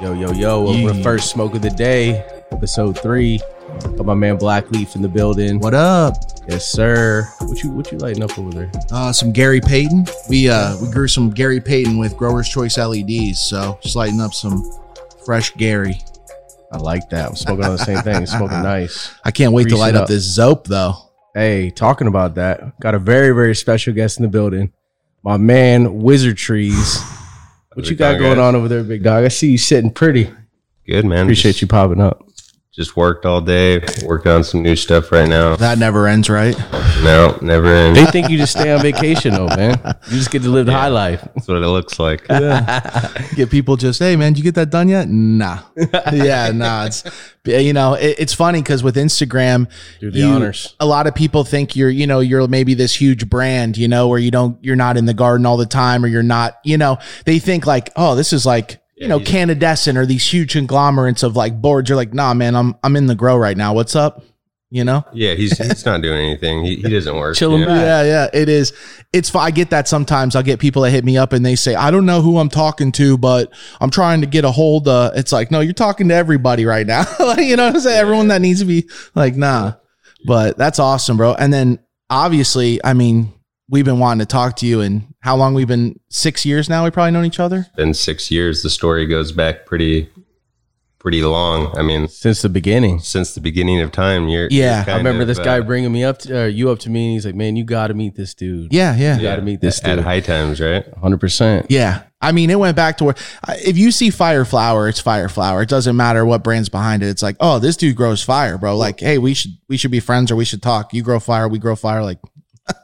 Yo, yo, yo. Welcome to Yeah. First Smoke of the Day, episode three. Got my man Blackleaf in the building. What up? Yes, sir. What you what you lighting up over there? Uh, some Gary Payton. We uh, we grew some Gary Payton with Growers Choice LEDs, so just lighting up some fresh Gary. I like that. I'm smoking on the same thing. Smoking nice. I can't wait Grease to light it up. up. this Zope though. Hey, talking about that, got a very very special guest in the building. My man Wizard Trees. What Big you got dog, going guys. on over there, big dog? I see you sitting pretty. Good man. Appreciate just, you popping up. Just worked all day. Worked on some new stuff right now. That never ends, right? No, never end. They think you just stay on vacation though, man. You just get to live the high life. That's what it looks like. Get people just, hey man, did you get that done yet? Nah. yeah, nah. It's you know, it, it's funny because with Instagram, Do the you- honors. A lot of people think you're, you know, you're maybe this huge brand, you know, where you don't, you're not in the garden all the time, or you're not, you know, they think like, oh, this is like, you Yeah, know, you- Canadescent or these huge conglomerates of like boards. You're like, nah, man, I'm, I'm in the grow right now. What's up? You know? Yeah, he's he's not doing anything. He, he doesn't work. Chilling you know? back. Yeah, yeah, it is. It's fi- I get that sometimes. I'll get people that hit me up and they say, "I don't know who I'm talking to, but I'm trying to get a hold." of It's like, no, you're talking to everybody right now. like, you know, what I'm saying? everyone that needs to be like, nah. But that's awesome, bro. And then obviously, I mean, we've been wanting to talk to you, and how long we've been? Six years now. We probably known each other. Been six years. The story goes back pretty pretty long. I mean, Since the beginning. since the beginning of time. You're Yeah, you're I kind remember of, this uh, guy bringing me up, to, uh, you up to me, and he's like, "Man, you got to meet this dude. Yeah, yeah. You got to meet this at dude. high times, right? Hundred percent. Yeah. I mean, it went back to where I- if you see fire flower, it's fire flower. It doesn't matter what brand's behind it. It's like, oh, this dude grows fire, bro. Like, hey, we should we should be friends or we should talk. You grow fire, we grow fire. Like,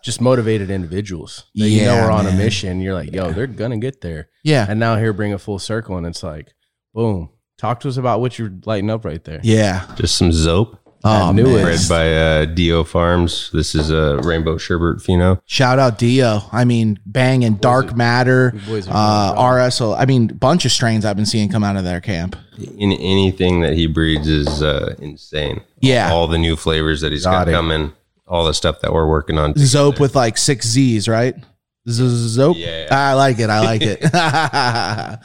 Just motivated individuals that you know Yeah, are on a man. mission. You're like, "Yo, they're gonna get there." yeah, And now here, bring a full circle, and it's like, boom. Talk to us about what you're lighting up right there. yeah. Oh, Just some zope I knew it. bred by uh, Dio Farms. This is a rainbow sherbet fino. Shout out Dio. I mean, Bang and Dark Matter, You boys are uh, RSL. I mean, bunch of strains I've been seeing come out of their camp. In anything that he breeds is uh, insane. Yeah. all the new flavors that he's got, Exotic. coming, all the stuff that we're working on. Zope with like six Z's, right? Zope. Yeah. I like it. I like it.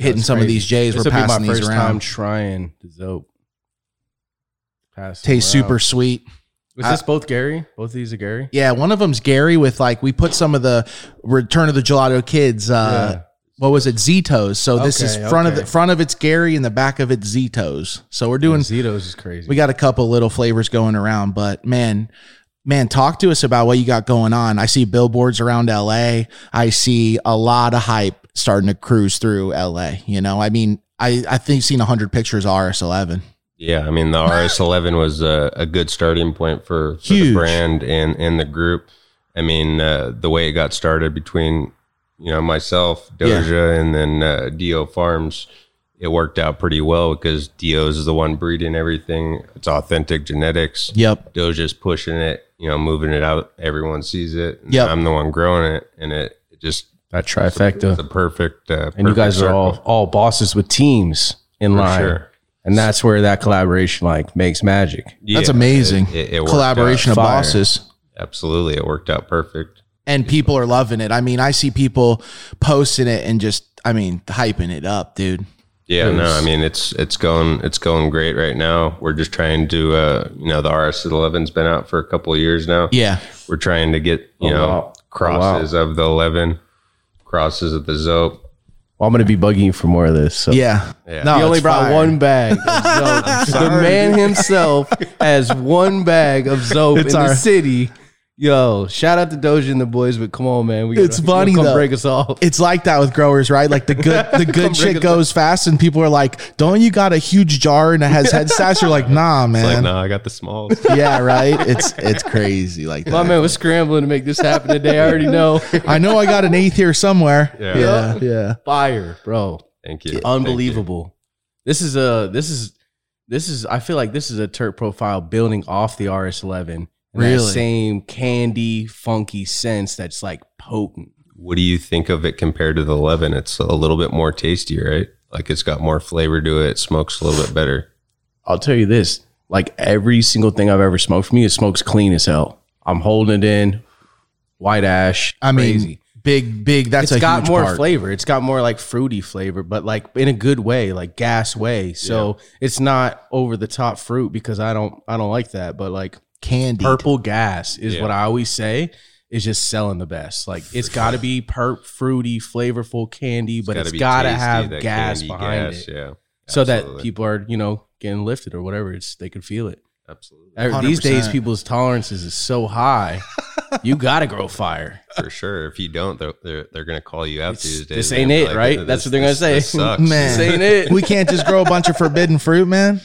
Hitting That's some of crazy. these J's. this will we're be passing my these first around. time trying the dope. Pass them tastes around. super sweet. Was this both Gary? Both of these are Gary. Yeah, one of them's Gary with like we put some of the Return of the Gelato Kids. Uh, Yeah. What was it? Zitos. So this is Okay, front of okay. the front of it's Gary and the back of it's Zitos. So we're doing. Zito's is crazy. We got a couple little flavors going around, but man, man, talk to us about what you got going on. I see billboards around LA. I see a lot of hype starting to cruise through LA. You know, I mean, I I think seen hundred pictures of RS11. Yeah, I mean the RS11 was a, a good starting point for, for the Huge. brand and and the group. I mean uh, the way it got started between you know myself, Yeah. Doja, and then uh, Dio Farms, it worked out pretty well because Dio's is the one breeding everything. It's authentic genetics. Yep. Doja's pushing it, you know, moving it out. Everyone sees it. And Yep. I'm the one growing it, and it, it just that it's trifecta. a perfect. Uh, and you perfect guys are circle. all all bosses with teams in For line. sure. and that's where that collaboration like makes magic. That's Yeah, amazing. It, it, it worked Collaboration out. of Fire. bosses. Absolutely, it worked out perfect. and people are loving it. I mean, I see people posting it and just, I mean, hyping it up, dude. Yeah, no, Nice. I mean it's it's going it's going great right now. We're just trying to uh, you know the RS11's been out for a couple of years now. Yeah, We're trying to get you Oh, know wow. crosses of the 11, crosses of the Zope. Well, I'm gonna be bugging you for more of this. So. yeah. Yeah. He it's only brought fire. one bag. Of Zope. the man himself has one bag of Zope It's in the our- city. Yo, shout out to Doja and the boys, but come on, man, we gotta, It's funny, come though. break us off. It's like that with growers, right? Like the good, the good shit goes fast, and people are like, "Don't you got a huge jar and it has head stats?" You're like, "Nah, Like man." no, I got the smalls. Yeah, right. It's it's crazy like My that. man was scrambling to make this happen today. I already know. I know I got an eighth here somewhere. Yeah. yeah. yeah. Fire, bro. Thank you. Thank you. unbelievable. This is a this is this is I feel like this is a Turk profile building off the RS11. And that Really? same candy, funky sense that's like potent. What do you think of it compared to the 11? It's a little bit more tasty, right? Like it's got more flavor to it. It smokes a little bit better. I'll tell you this: like every single thing I've ever smoked for me, it smokes clean as hell. I'm holding it in, white ash. I mean, crazy. big, big. That's it's a got huge more part. flavor. It's got more like fruity flavor, but like in a good way, like gas way. So it's not over the top fruit because I don't I don't like that. But like Candy. purple gas is Yeah. what I always say is just selling the best. Like it's got to be perp fruity, flavorful candy, but it's be got to tasty, have that gas candy behind gas, it, Yeah. so that Absolutely. people are you know getting lifted or whatever. It's they can feel it. Absolutely. Uh, These days, 100%. people's tolerances is so high. you got to grow fire. for sure. If you don't, they're they're, they're gonna call you out It's- these days. this They're ain't gonna be it, right? That's what they're gonna this- say. This sucks. Man. This ain't it. We can't just grow a bunch of forbidden fruit, man.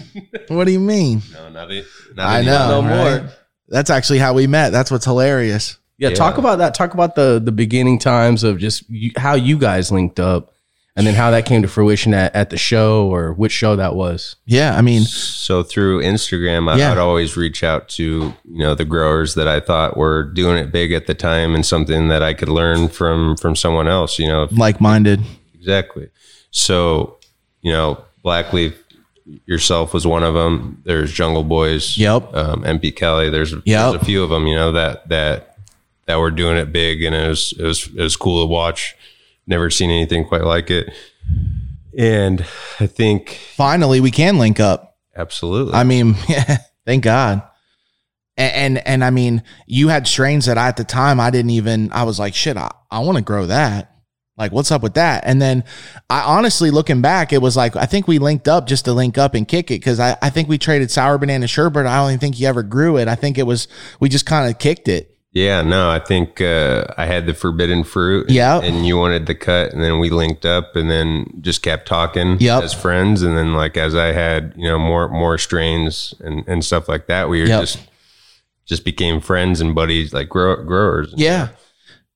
What do you mean? No, not it. Not I anymore. know. No right? more. That's actually how we met. That's what's hilarious. Yeah, talk Yeah. about that. Talk about the the beginning times of just you, how you guys linked up, and then how that came to fruition at, at the show or which show that was. Yeah, I mean, So through Instagram, I, Yeah. I'd always reach out to you know the growers that I thought were doing it big at the time and something that I could learn from from someone else. You Mm-hmm. know, like-minded. Exactly. So, you know, Blackleaf yourself was one of them. There's Jungle Boys. Yep. Um, MP Kelly. There's, there's Yep. a few of them. You know that that that were doing it big, and it was it was it was cool to watch. Never seen anything quite like it. And I think Finally, we can link up. absolutely. I mean, thank God. A- And, and I mean, you had strains that I at the time I didn't even I was like, shit, I, I want to grow that. Like, what's up with that? And then I honestly looking back, it was like, I think we linked up just to link up and kick it because I, I think we traded sour banana sherbet. I don't even think he ever grew it. I think it was we just kind of kicked it. yeah. No, I think uh, I had the forbidden fruit. Yeah. And you wanted the cut, and then we linked up, and then just kept talking Yep. as friends. And then like as I had you know more more strains and and stuff like that, we were Yep. just just became friends and buddies, like grow, growers. Yeah.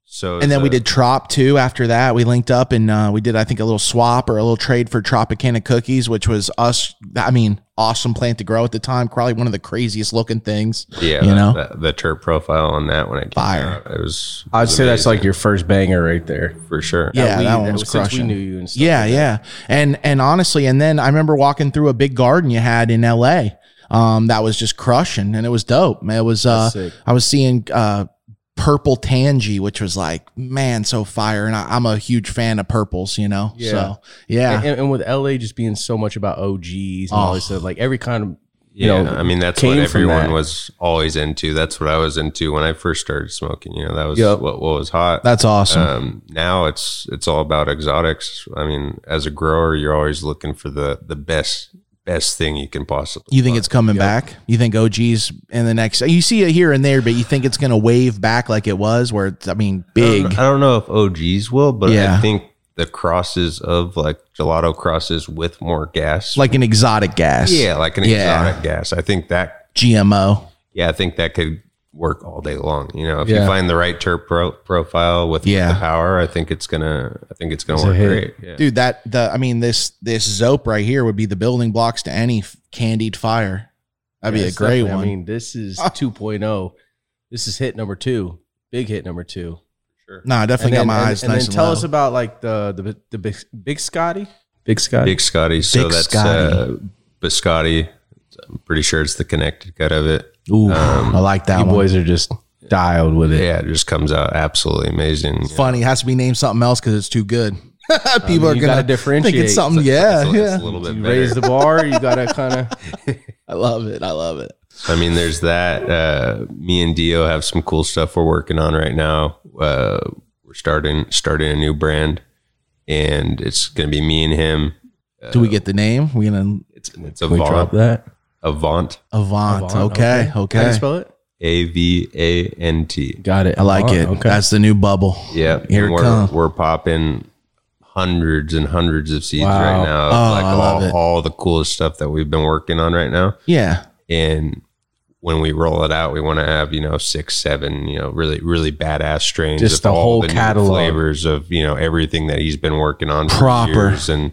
So And then we uh, the- did Trop too. After that, we linked up and uh, we did, I think, a little swap or a little trade for Tropicana cookies, which was us. I mean, awesome plant to grow at the time. Probably one of the craziest looking things. yeah, you the, know? the, the turp profile on that when it came Fire. out, it was. it I'd was say that's amazing, like your first banger right there. for sure. Yeah, that one was was since we crushing. knew you and stuff. Yeah, yeah. And and honestly, and then I remember walking through a big garden you had in L.A. Um, that was just crushing, and it was dope. man. It was uh, That's sick. I was seeing uh, purple tangy, which was like, man, so fire. And I, I'm a huge fan of purples, you know. Yeah. So yeah, Oh. And, and with LA just being so much about OGs and all this stuff, like every kind of you yeah, know, I mean that's came what from everyone that. was always into. That's what I was into when I first started smoking. You know, that was Yep. what what was hot. that's awesome. um, now it's it's all about exotics. I mean, as a grower, you're always looking for the the best best thing you can possibly. You think it's coming back? You think OG's in the next? You see it here and there, but you think it's going to wave back like it was, where it's, I mean, I big. don't, I don't know if OGs will, but Yeah. I think the crosses of like gelato crosses with more gas, Like an exotic gas. yeah, like an Yeah. exotic gas. I think that GMO. yeah, I think that could work all day long. You know, if Yeah. you find the right terp pro- profile with Yeah. the power, I think it's gonna I think it's gonna It's a work great. hit. Yeah. Dude, that the I mean this this zope right here would be the building blocks to any f- candied fire. That'd Yeah, be a it's great definitely- one. I mean, this is 2.0. This is hit number two. Big hit number two. Sure. nah, I definitely got then, my and, eyes and nice then and tell low. us about like the the the big, big Scotty. Big Scotty. Big Scotty. So Big that's uh, biscotti. I'm pretty sure it's the connected cut of it. Ooh, I like that um, you one. boys are just dialed with it. Yeah, it just comes out absolutely amazing. It's funny. It has to be named something else because it's too good. People you are gonna gotta differentiate. Think it's something. yeah, It's, a- yeah. it's a little bit You better. raise the bar, you gotta kind of. I love it. I love it. I mean, there's that. Uh, me and Dio have some cool stuff we're working on right now. Uh, we're starting starting a new brand, and it's gonna be me and him. Do we get the name? We gonna It's it's Avant. that. Avant. Avant. Avant, okay, okay. How do you spell it? A V A N T. Got it. I like it. That's the new bubble. Yeah, Here and it we're come. we're popping hundreds and hundreds of seeds Wow. right now. Oh, like I love all, it. all the coolest stuff that we've been working on right now. Yeah. And when we roll it out, we want to have you know six, seven, you know, really really badass strains, Just of the all whole new catalog. flavors of you know everything that he's been working on for Proper. years and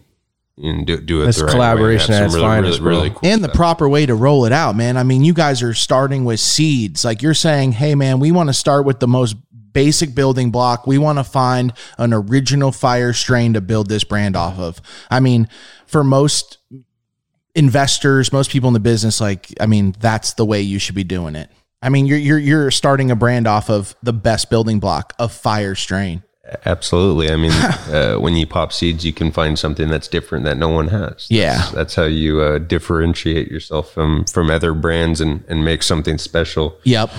and do, do it. That's the right collaboration way. at Have its some really, finest, really, really bro. cool. and the proper way to roll it out, man. I mean, you guys are starting with seeds. Like you're saying, hey, man, we want to start with the most basic building block. We want to find an original fire strain to build this brand off of. I mean, for most investors, most people in the business, like, I mean, that's the way you should be doing it. I mean, you're you're you're starting a brand off of the best building block of fire strain. Absolutely. I mean, uh, when you pop seeds, you can find something that's different that no one has. Yeah. That's how you uh, differentiate yourself from from other brands and and make something special Yep.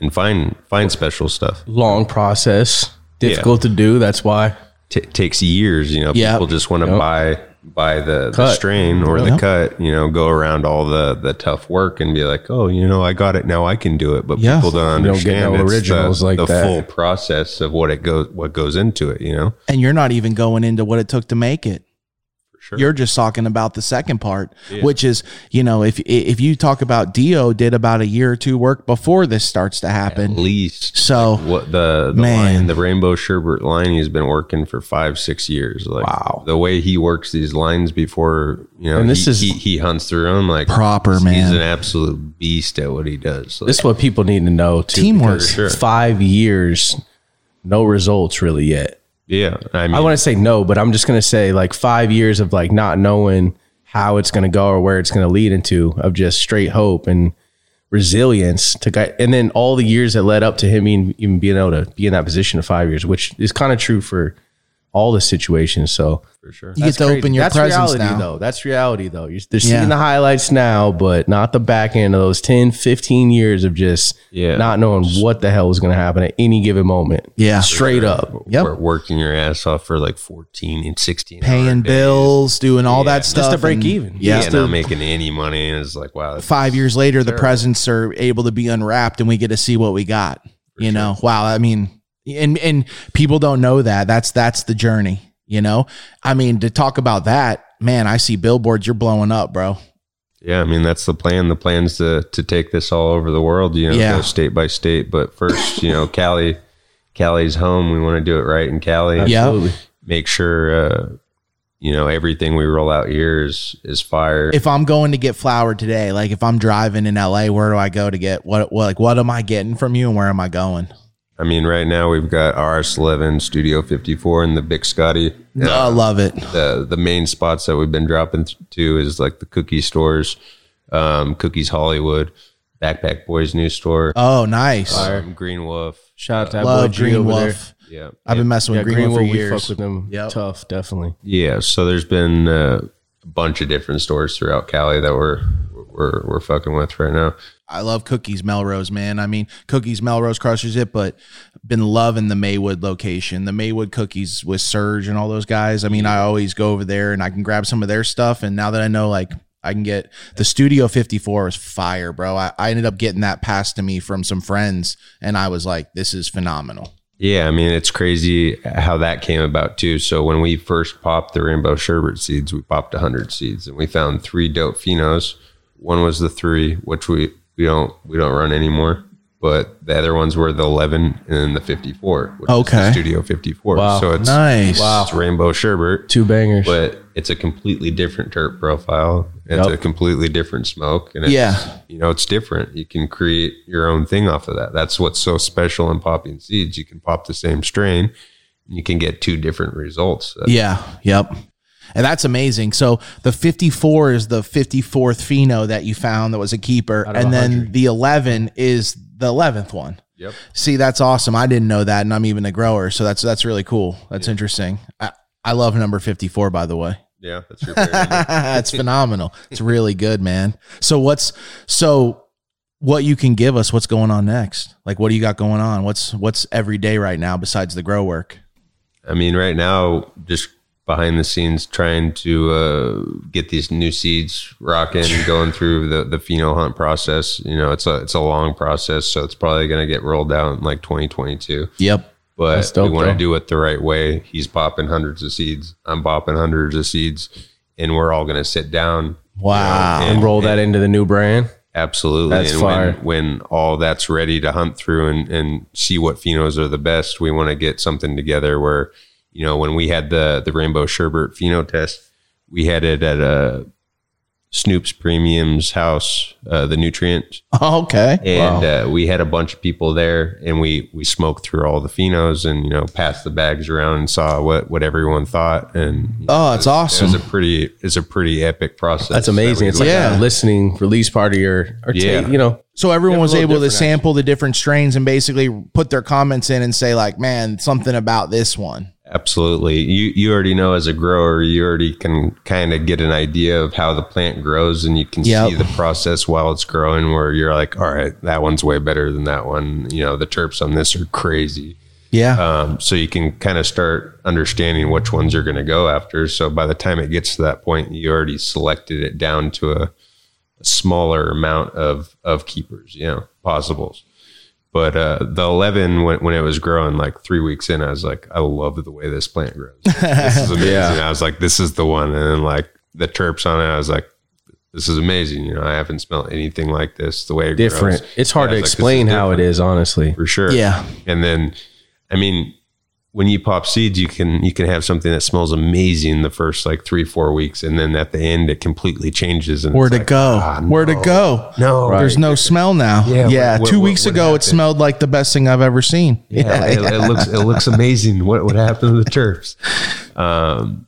and find find special stuff. Long process, difficult to do. That's why. T- takes years, you know. Yep. People just want to buy buy the, the Cut. strain or the cut, you know, go around all the the tough work and be like, "Oh, you know, I got it. Now I can do it." But Yeah. people don't You don't get no understand it's the- originals like the that. full process of what it goes what goes into it, you know. And you're not even going into what it took to make it. For sure. You're just talking about the second part, which is, you know, if if you talk about Dio did about a year or two work before this starts to happen. at least So what the, the Man. line the rainbow sherbet line he's been working for five six years like wow the way he works these lines before you know And this he, is- he, he hunts through them like Proper, he's, man. an absolute beast at what he does Like, This is what people need to know. Too, Teamwork. because Sure. Five years, no results really yet. yeah i mean I want to say no, but I'm just gonna say like five years of like not knowing how it's gonna go or where it's gonna lead into of just straight hope and resilience to guy and then all the years that led up to him even, even being able to be in that position of five years, which is kind of true for all the situations. So for sure you get to open your that's presence reality now. though. That's reality though. You're, they're Yeah. seeing the highlights now, but not the back end of those 10, 15 years of just Yeah. not knowing what the hell was gonna happen at any given moment. Yeah. Straight up. Yep. We're working your ass off for like 14 and 16 hour Paying days. bills, doing all that stuff. Just to break and even. yeah, Just to- not making any money and it's like wow that's- Five years later, the presents are able to be unwrapped and we get to see what we got. you know, wow. I mean, and, and people don't know that. That's, that's the journey, you know? I mean, to talk about that, man, I see billboards, you're blowing up, bro. Yeah, I mean that's the plan. The plan's to to take this all over the world, you know, Yeah. go state by state. But first, you know, Cali, Cali's home. We want to do it right in Cali. Yeah. Absolutely. Make sure, uh, you know, everything we roll out here is is fire. If I'm going to get flour today, like if I'm driving in LA, where do I go to get what, what like, what am I getting from you and where am I going? I mean, right now we've got RS11, Studio 54, and the Big Scotty. I love it. the the main spots that we've been dropping th- to is like the cookie stores, um, Cookies Hollywood, Backpack Boys New Store, Oh, nice. um, Green Wolf. Shout out to that Love boy G Green over Wolf. there. Yeah, I've been messing Yeah, with Green, Green Wolf for Wolf, we years. fuck with them Yep. tough, definitely. Yeah, so there's been uh, a bunch of different stores throughout Cali that we're we're, we're fucking with right now. I love Cookies Melrose, man. I mean, Cookies Melrose crushes it, but been loving the Maywood location, the Maywood Cookies with Surge and all those guys. I mean, I always go over there and I can grab some of their stuff. And now that I know, like, I can get the Studio 54 is fire, bro. I, I ended up getting that passed to me from some friends, and I was like, this is phenomenal. Yeah, I mean it's crazy how that came about too. So when we first popped the rainbow sherbet seeds, we popped hundred seeds and we found three dope finos. One was the three, which we we don't we don't run anymore. But the other ones were the eleven and then the fifty four, which is Okay. the Studio fifty four. So it's Nice. it's rainbow sherbet. Two bangers. but it's a completely different turp profile. It's a completely different smoke, and it's, Yeah. you know it's different. You can create your own thing off of that. That's what's so special in popping seeds. You can pop the same strain, and you can get two different results. Uh, Yeah. Yep. And that's amazing. So the 54 is the 54th Fino that you found that was a keeper. And then the 11 is the 11th one. Yep. See, that's awesome. I didn't know that. And I'm even a grower. So that's, that's really cool. That's interesting. I, I love number 54, by the way. Yeah, that's your favorite. it's phenomenal. It's really good, man. So what's, so what you can give us, what's going on next? Like, what do you got going on? What's, what's every day right now besides the grow work? I mean, right now, just behind the scenes, trying to uh, get these new seeds rocking, going through the the pheno hunt process. You know, it's a it's a long process, so it's probably going to get rolled out in like 2022. Yep. but dope, we want though. to do it the right way. He's popping hundreds of seeds. I'm popping hundreds of seeds, and we're all going to sit down. Wow. and roll that into the new brand. Absolutely. That's and fire. When, when all that's ready to hunt through and, and see what phenos are the best, we want to get something together where, you know, when we had the the rainbow sherbet pheno test, we had it at a Snoop's Premium's house, uh, the nutrients, Okay. and uh, we had a bunch of people there, and we we smoked through all the phenos, and you know, passed the bags around and saw what what everyone thought, and you know, Oh, it's it was awesome. a pretty it's a pretty epic process. Hmm. That's amazing. It's like Yeah. a listening release party or, or Yeah. ta- you know, So everyone was a little able to different, sample the different strains and basically put their comments in and say like, man, something about this one. Absolutely. You you already know as a grower, you already can kind of get an idea of how the plant grows and you can Yep. see the process while it's growing where you're like, all right, that one's way better than that one. You know, the terps on this are crazy. Yeah. Um, so you can kind of start understanding which ones you're going to go after. So by the time it gets to that point, you already selected it down to a, a smaller amount of of keepers, you know, possibles. But uh, the eleven, when, when it was growing, like three weeks in, I was like, I love the way this plant grows. This is amazing. I was like, this is the one. And then like the terps on it, I was like, this is amazing. You know, I haven't smelled anything like this. The way it different. grows. It's hard Yeah, to it's like, this is explain how it different. is, honestly. for sure. yeah. And then, I mean, when you pop seeds, you can you can have something that smells amazing the first like three four weeks, and then at the end it completely changes. And Where it's to like, go? ah, Where to no. go? No, There's no smell now. Yeah. Yeah, what- what- Two what- weeks what ago, it happened? smelled like the best thing I've ever seen. yeah, it, it looks it looks amazing. What what happened to the turfs? Um,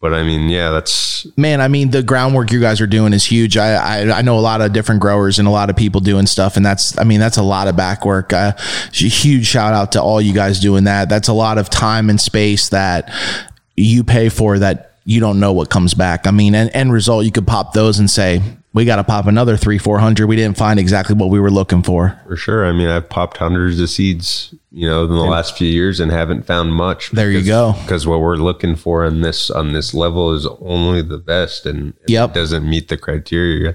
but I mean, yeah, that's man i mean the groundwork you guys are doing is huge I, I i know a lot of different growers and a lot of people doing stuff and that's i mean that's a lot of back work uh, sh- huge shout out to all you guys doing that that's a lot of time and space that you pay for that you don't know what comes back i mean and end result you could pop those and say we got to pop another three four hundred we didn't find exactly what we were looking for for sure. I mean, I've popped hundreds of seeds, you know, in the last few years and haven't found much. There you because- go. Because what we're looking for on this on this level is only the best, and if Yep. it doesn't meet the criteria.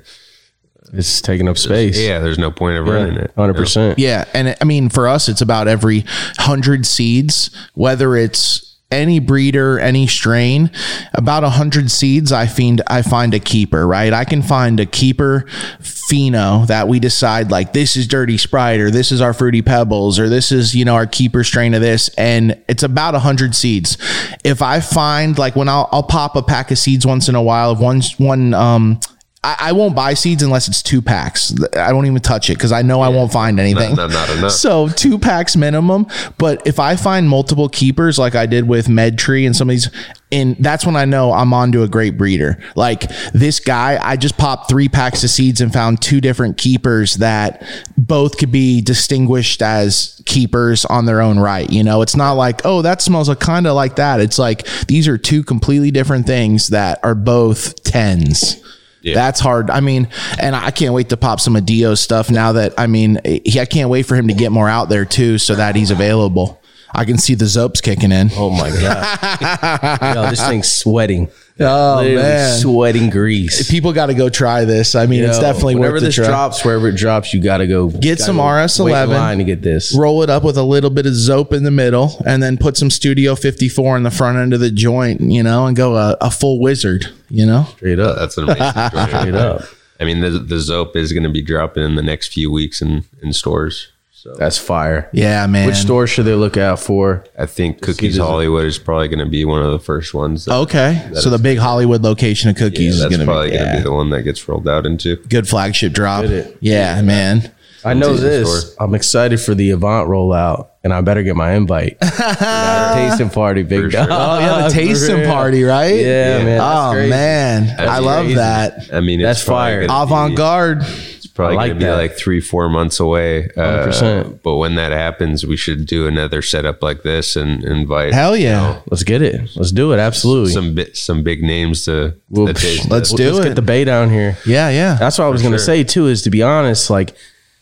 It's taking up space. Yeah, there's no point of running it. Hundred percent. Yeah, and it- I mean for us, it's about every hundred seeds, whether it's any breeder, any strain. About hundred seeds, I find I find a keeper. Right, I can find a keeper pheno that we decide like this is dirty sprite or this is our fruity pebbles or this is you know our keeper strain of this, and it's about hundred seeds. If I find like when I'll, I'll pop a pack of seeds once in a while of one one um. I, I won't buy seeds unless it's two packs. I don't even touch it because I know I won't find anything. Not, not enough. So two packs minimum. But if I find multiple keepers, like I did with MedTree and some of these, and that's when I know I'm onto a great breeder. Like this guy, I just popped three packs of seeds and found two different keepers that both could be distinguished as keepers on their own right. You know, it's not like, oh, that smells a kind of like that. It's like these are two completely different things that are both tens. That's hard. I mean, and I can't wait to pop some of Dio's stuff now that I mean, he, I can't wait for him to get more out there too, so that he's available. I can see the Zopes kicking in. Oh my god. Yo, this thing's sweating. Oh, Literally man. sweating grease. People got to go try this. I mean, it's Yo, definitely whenever worth the this try. drops, wherever it drops, you gotta go Get gotta some go RS11. wait in line to get this. Roll it up with a little bit of Zope in the middle, and then put some Studio 54 in the front end of the joint, you know, and go a, a full wizard, you know. Straight up. That's an amazing story. Straight up. I mean, the, the Zope is going to be dropping in the next few weeks in, in stores. So That's fire. Yeah, man. Which store should they look out for? I think Cookies the Zope. Hollywood is probably going to be one of the first ones. Oh, That, Okay, so the big Hollywood location of yeah, cookies that's is going probably to be, going to yeah. be the one that gets rolled out into. good flagship drop. it. Yeah, man. I know It's in the this. I'm excited for the Avant rollout, and I better get my invite. tasting party, big dog. Oh yeah, the Uh, For tasting real. party, right? Yeah, man. that's Oh crazy. man, I love crazy. that. I mean, That's it's probably fire. gonna be- Avant garde. It's probably I like going to be that. like three, four months away. Uh, 100%. But when that happens, we should do another setup like this and invite Hell yeah. Let's get it. Let's do it. Absolutely. some bi- some big names to, We'll- to taste Let's it. do Let's it. get the bay down here. yeah, yeah. That's what I was going to sure. say too. Is to be honest, like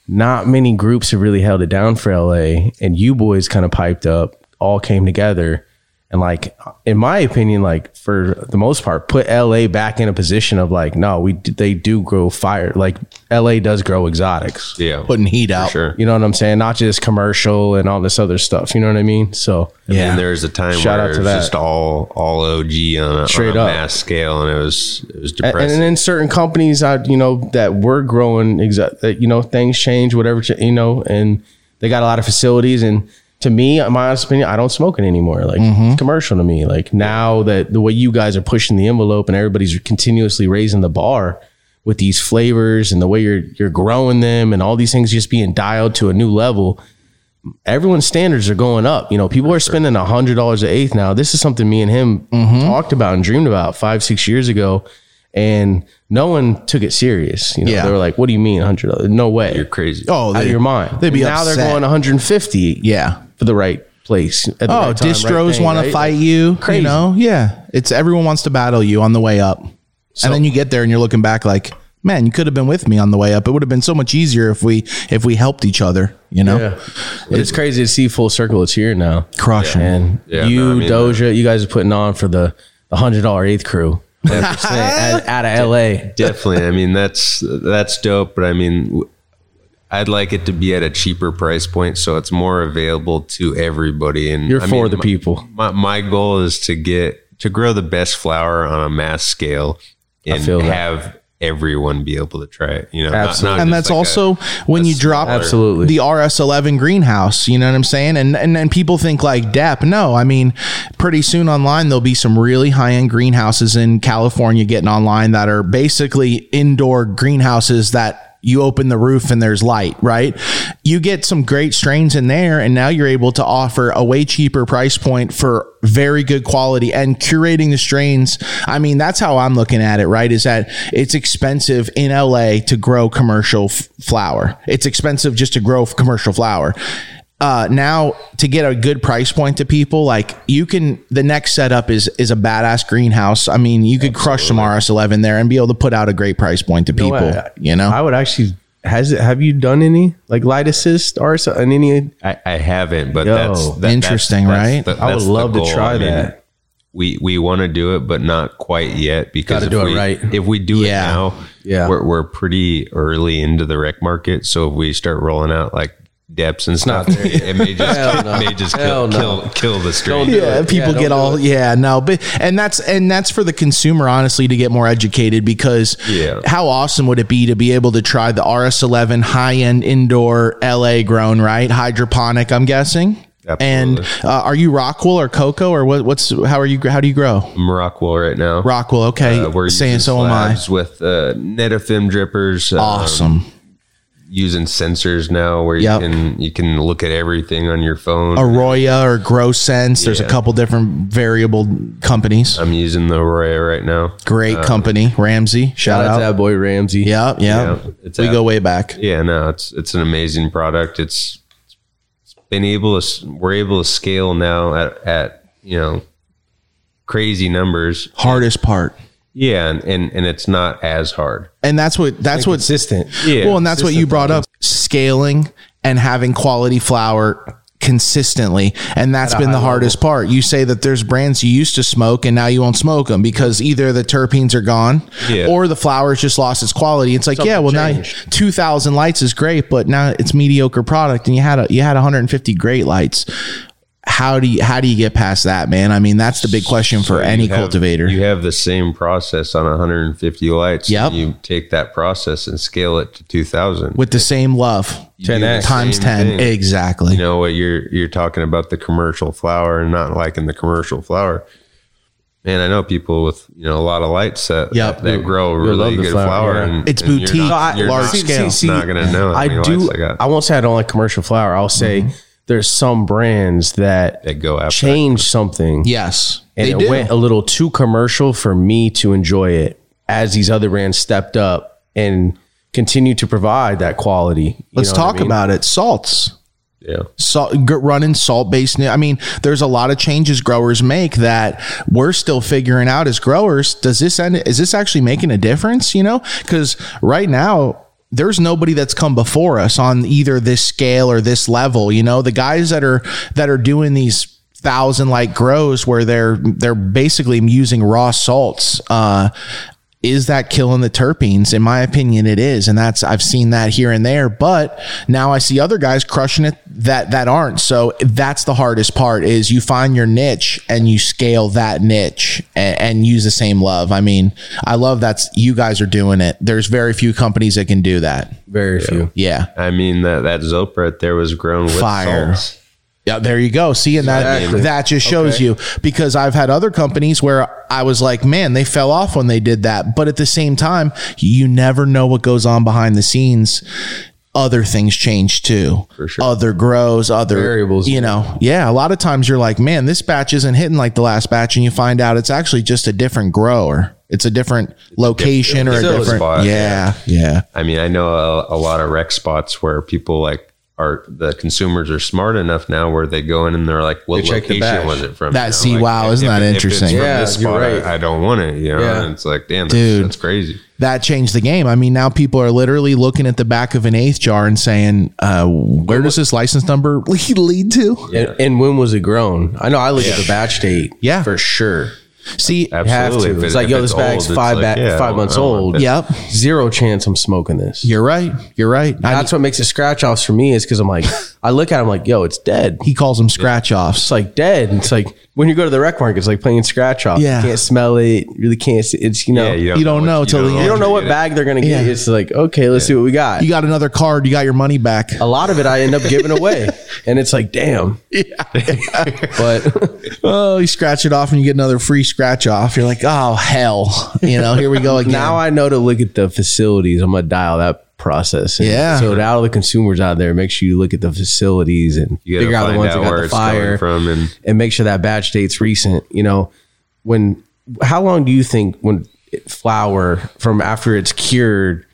not many groups have really held it down for LA, and you boys kind of piped up, all came together, and like in my opinion, like for the most part, put LA back in a position of like, no, we d- they do grow fire. Like LA does grow exotics. Yeah. Putting heat out. sure. You know what I'm saying? Not just commercial and all this other stuff. You know what I mean? So Yeah. Yeah. And there was a time Shout out where to it was that. just all all OG on a, Straight on a up. mass scale, and it was it was and, depressing. and then certain companies I you know that were growing exa- that you know things change whatever cha- you know and they got a lot of facilities and to me, my honest opinion, I don't smoke it anymore. Like it's commercial to me. Like now that the way you guys are pushing the envelope and everybody's continuously raising the bar with these flavors and the way you're you're growing them and all these things just being dialed to a new level, everyone's standards are going up. You know, people are spending a hundred dollars an eighth now. This is something me and him Mm-hmm. talked about and dreamed about five, six years ago. And no one took it serious. You know, Yeah. they were like, "What do you mean, hundred? No way! You're crazy. Oh, out of they- your mind." They'd be now they're upset. going 150 Yeah. for the right place. at the Oh, right time, right distros thing, want to right? fight you. crazy. You know, yeah. It's everyone wants to battle you on the way up, and then you get there and you're looking back like, man, you could have been with me on the way up. It would have been so much easier if we if we helped each other. You know, Yeah. But it's crazy to see full circle. It's here now. crushing. And Yeah, you, no, I mean, Doja, you guys are putting on for the the hundred dollar eighth crew. 100% out, out of LA. Definitely. I mean, that's that's dope. But I mean, w- I'd like it to be at a cheaper price point, so it's more available to everybody. And You're I for mean, the my- people. My my goal is to get to grow the best flower on a mass scale and feel that. have everyone be able to try it. You know, not- Absolutely. not and just that's like a- also when you drop Absolutely. the RS11 greenhouse. You know what I'm saying? And and and people think like DAP. No, I mean, pretty soon online there'll be some really high end greenhouses in California getting online that are basically indoor greenhouses that. You open the roof and there's light, right? You get some great strains in there, and now you're able to offer a way cheaper price point for very good quality and curating the strains. I mean, that's how I'm looking at it, right? Is that it's expensive in LA to grow commercial f- flower. It's expensive just to grow f- commercial flower. Uh, now to get a good price point to people, like you can, the next setup is is a badass greenhouse. I mean, you could crush some RS11 there and be able to put out a great price point to people. I- you know, I would actually has it have you done any like light assist or so- and any I, I haven't, but Yo, that's that- that's- interesting, that's right? the- I would that's the love to goal. try I mean, that. we we want to do it, but not quite yet because Gotta if do it we right. if we do Yeah. it now, Yeah. we're we're pretty early into the rec market. So if we start rolling out like depths and stuff, it may just no. may just Hell kill, no. kill kill the strain. do yeah, it. people Yeah, don't get do all yeah no but and that's and that's for the consumer honestly to get more educated because Yeah. how awesome would it be to be able to try the RS11 high end indoor LA grown right hydroponic I'm guessing and Absolutely. uh, are you Rockwell or Coco or what, what's how are you how do you grow I'm Rockwell right now. Rockwell okay Uh, we're saying using so am I slabs with uh, Netafim drippers. um, awesome using sensors now where Yep. you can you can look at everything on your phone. Arroya or Grow Sense there's a Yeah. couple different variable companies I'm using the Arroyo right now. great company Ramsey shout shout out to out that boy Ramsey. yeah yeah, Yeah, it's we out. go way back Yeah, no, it's it's an amazing product. It's, it's been able to s- we're able to scale now at at you know crazy numbers. hardest part. Yeah, and and, and it's not as hard. And that's what that's what Consistent. Yeah, well, and that's what you brought up: scaling and having quality flour consistently. And that's been the hardest part. You say that there's brands you used to smoke and now you won't smoke them because either the terpenes are gone Yeah. or the flour's just lost its quality. It's like, yeah, well now 2000 lights is great, but now it's mediocre product and you had a, you had 150 great lights. How do you how do you get past that, man? I mean, that's the big question for So any you have- cultivator. You have the same process on 150 lights. Yep. You take that process and scale it to 2,000. with the same love. You do the 10x. times same 10 thing. exactly You know what you're you're talking about the commercial flower and not liking the commercial flower. Man, I know people with you know a lot of lights that Yep. that grow You'll love really the good flower, flower. yeah. and, It's and you're boutique, not- you're large not- scale. it's not gonna know. how I many do. lights I got. I won't say I don't like commercial flour. I'll say there's some brands that That go after that. change something. yes and they it do went a little too commercial for me to enjoy it as these other brands stepped up and continued to provide that quality. You let's know what I talk mean? about it salts Yeah. salt g- running salt based i mean there's a lot of changes growers make that we're still figuring out as growers does this end is this actually making a difference you know because right now there's nobody that's come before us on either this scale or this level you know the guys that are that are doing these thousand light grows where they're they're basically using raw salts uh is that killing the terpenes? In my opinion, it is, and that's I've seen that here and there. But now I see other guys crushing it that that aren't. So that's the hardest part: is you find your niche and you scale that niche and, and use the same love. I mean, I love that's you guys are doing it. There's very few companies that can do that. very few. Yeah, I mean that that Zopra right there was grown with Fire. salts. Yeah, there you go. See, and that Exactly. that just shows you because I've had other companies where I was like, man, they fell off when they did that. But at the same time, you never know what goes on behind the scenes. Other things change too. For sure. Other grows, other Variables. You know, yeah. A lot of times you're like, man, this batch isn't hitting like the last batch, and you find out it's actually just a different grower. It's a different location or a different different. spot. Yeah, yeah. I mean, I know a, a lot of rec spots where people like are the consumers are smart enough now where they go in and they're like, "What They check the location batch. was it from?" That- You know, see, wow, isn't that if interesting? it's from Yeah, this you're spot, I- right. I, don't want it. You know, Yeah. and it's like, damn, that's, Dude. that's crazy. that changed the game. I mean, now people are literally looking at the back of an eighth jar and saying, uh, "Where does this license number lead, lead to?" And, and when was it grown? I know I look at the batch date. Yeah. for sure. See, You have Absolutely. If to. It's it- like if yo, this it's bag's old, it's five like, ba- yeah, I five don't- months I don't want old. that. yep, Zero chance I'm smoking this. you're right. You're right. I, That's what makes the scratch offs for me is because I'm like, I look at it, I'm like, yo, it's dead. he calls them scratch offs. It's like dead. And It's like when you go to the rec market, it's like playing scratch off. Yeah. You can't smell it. You really can't see it's you know Yeah, you, You don't know what- till the end. don't know what you get. bag they're gonna get. Yeah. It's like, okay, let's see what we got. You got another card. You got your money back. a lot of it I end up giving away. and it's like, damn. but Oh, you scratch it off and you get another free scratch off. You're like, oh hell, you know, here we go again. now I know to look at the facilities. I'm gonna dial that process. in. Yeah. So to all the consumers out there, make sure you look at the facilities and You figure out the ones that got where the it's coming fire. from, and and make sure that batch date's recent. You know, when how long do you think when it- flour from after it's cured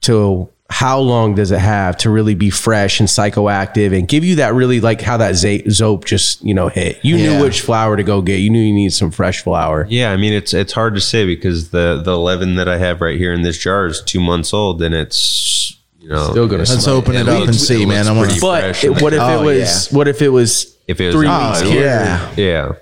to how long does it have to really be fresh and psychoactive and give you that really like how that za- zope just you know hit? You Yeah. knew which flour to go get. You knew you needed some fresh flour. yeah, I mean, it's it's hard to say because the the leaven that I have right here in this jar is two months old, and it's you know Still gonna Let's smell open it At up and least see, it man. looks I'm gonna, pretty- But fresh it, what if Oh, it was? What if it was? if it was Three out, weeks it would- yeah. yeah,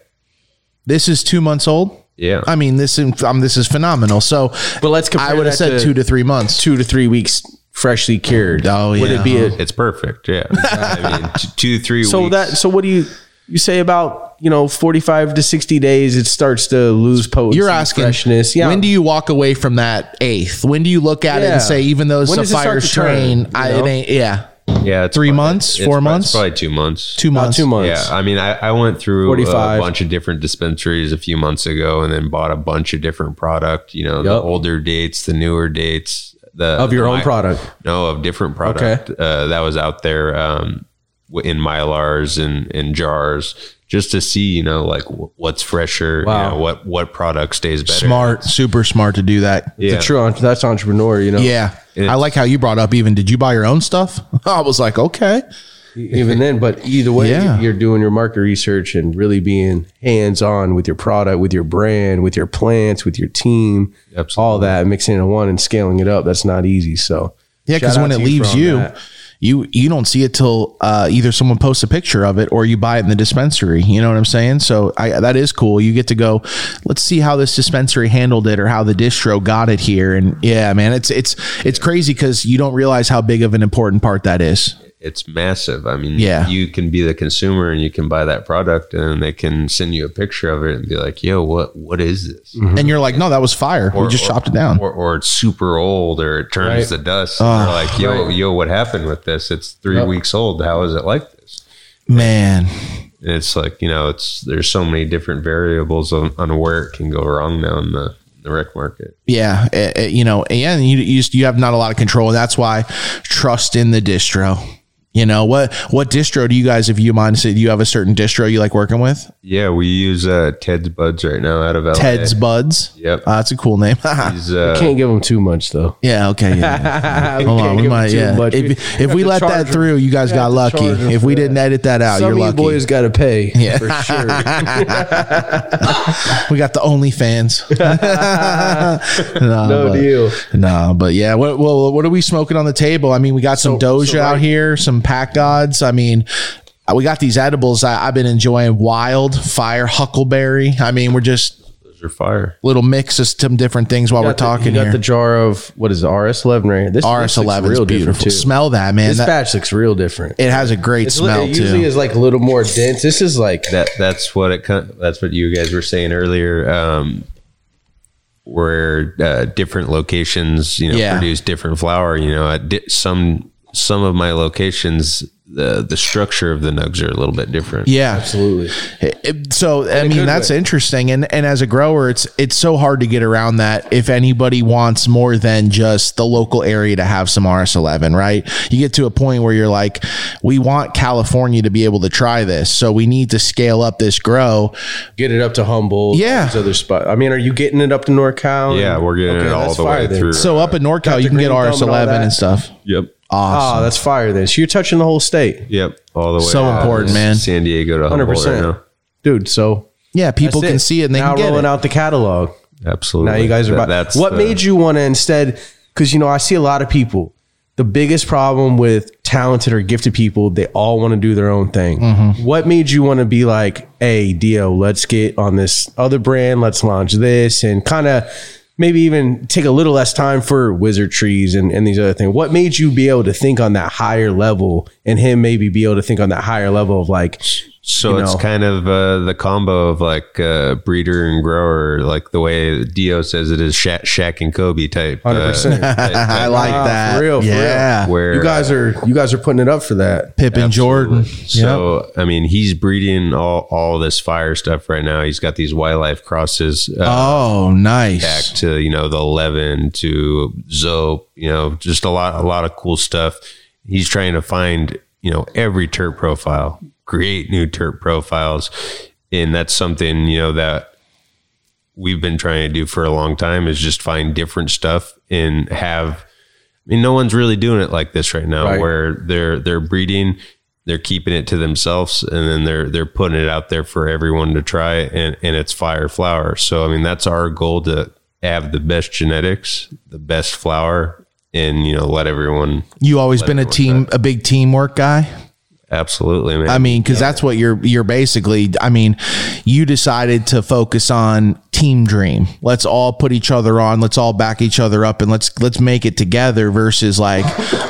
this is two months old. yeah. I mean, this is um, this is phenomenal. So, But let's compare. I would have that said to two to three months. two to three weeks freshly cured. Oh, Would yeah. it be a, it's perfect. Yeah, I mean, t- two three. So weeks. that so what do you you say about you know forty five to sixty days it starts to lose potency. You're asking freshness. Yeah. When do you walk away from that eighth? When do you look at it Yeah. and say, even though it's When a does it start to fire turn, strain, you I, know? it ain't. Yeah, yeah, it's three probably- months, it's four prob- it's months? probably two months. two about months. two months? Yeah, I mean, I, I went through 45. a bunch of different dispensaries a few months ago, and then bought a bunch of different product. You know, the Yup. older dates, the newer dates, the Of your the own mi- product. No, of different product uh, that was out there um, w- in mylars and in jars, just to see, you know, like w- what's fresher, Wow. you know, what what product stays better. Smart, super smart to do that. Yeah, It's a true entre- that's entrepreneur. You know. I like how you brought up. Even did you buy your own stuff? I was like, okay, e-, Even then, but either way, Yeah. you're doing your market research and really being hands on with your product, with your brand, with your plants, with your team, Absolutely. all that mixing into one and scaling it up. That's not easy. So yeah, shout because out when it to leaves for all you. that. You, you don't see it till uh, either someone posts a picture of it or you buy it in the dispensary. You know what I'm saying? So I, that is cool. You get to go. Let's see how this dispensary handled it or how the distro got it here. And yeah, man, it's it's it's crazy because you don't realize how big of an important part that is. it's massive. I mean, Yeah. you can be the consumer and you can buy that product and they can send you a picture of it and be like, yo, what, what is this? Mm-hmm. and you're like, no, that was fire. we just chopped it down. Or, or it's super old or it turns to dust. Ah, And they're like, yo, yo, what happened with this? It's three weeks old. How is it like this? Man, And it's like, you know, it's, there's so many different variables on, on where it can go wrong now in the, the rec market. yeah, eh, eh, you know, and you you, just, you have not a lot of control. That's why trust in the distro. You know what? What distro do you guys? If you mind, say do you have a certain distro you like working with? Yeah. We use, uh, Ted's buds right now out of LA. Ted's Buds. Yep. Uh, that's a cool name. He's, uh, can't give them too much though. yeah. Okay. Yeah. Hold on. can't We give might. them too Yeah. much. If, We if have we to let charge that 'em. through, you guys We have got to lucky. charge 'em If for we that. didn't edit that out, Some you're of you lucky. boys got to pay Yeah. for sure. we got the OnlyFans. no, No but- deal. No, but yeah. What, well, what are we smoking on the table? I mean, we got some Doja out here, some Pack Gods. I mean, uh, we got these edibles. I, I've been enjoying Wild Fire Huckleberry. I mean, we're just those are fire. little mix of some different things while we're got the- talking you got here. the jar of what is it, RS11 right here. This this looks RS11 real is different beautiful. too. Smell that, man. this That- batch looks real different. it has a great smell it too. usually is like a little more dense. This is like that that's what it co- that's what you guys were saying earlier um where uh, different locations you know Yeah. produce different flour you know at di- some some of my locations the the structure of the nugs are a little bit different. Yeah. Absolutely. It- it- So I mean good that's way. interesting, and and as a grower, it's it's so hard to get around that. If anybody wants more than just the local area to have some RS11, right? You get to a point where you're like, we want California to be able to try this, so we need to scale up this grow. Get it up to Humboldt. Yeah. all These other spot. I mean, are you getting it up to NorCal? Yeah, we're getting Okay, it all that's the fire way then. through. So up in NorCal, Got you the can get green thumb and all RS11 and, that. stuff. yep, Oh, Awesome. that's fire then. So you're touching the whole state. yep, all the way. So out. important, It's man. San Diego to Humboldt right 100%. now. Dude, so yeah, people that's can see it and they now can get rolling it. out the catalog. Absolutely. Now you guys are That- about. that's what the- made you want to instead? Because you know, I see a lot of people. The biggest problem with talented or gifted people, they all want to do their own thing. Mm-hmm. What made you want to be like, hey, Dio, let's get on this other brand, let's launch this, and kind of maybe even take a little less time for wizard trees and, and these other things. What made you be able to think on that higher level and him maybe be able to think on that higher level of like, So you it's know. kind of uh, the combo of like uh, breeder and grower, like the way Dio says it is Sha- Shaq and Kobe type. uh, 100%. type- type I like Wow, that. for real, for real. yeah, where you guys are you guys are putting it up for that? Pip and Jordan. So I mean, he's breeding all all this fire stuff right now. He's got these wildlife crosses uh, Oh, back nice. to you know the eleven to Zope. You know, just a lot a lot of cool stuff. He's trying to find you know every turp profile, create new turp profiles, and that's something you know that we've been trying to do for a long time is just find different stuff and have I mean, no one's really doing it like this right now, Right. where they're they're breeding, they're keeping it to themselves, and then they're they're putting it out there for everyone to try, and and it's fire flower. So I mean, that's our goal to have the best genetics, the best flower, and you know, let everyone You always been a team, a big teamwork guy. absolutely, man. I mean, because that's what you're you're basically. I mean, you decided to focus on team dream. Let's all put each other on. Let's all back each other up, and let's let's make it together. Versus like,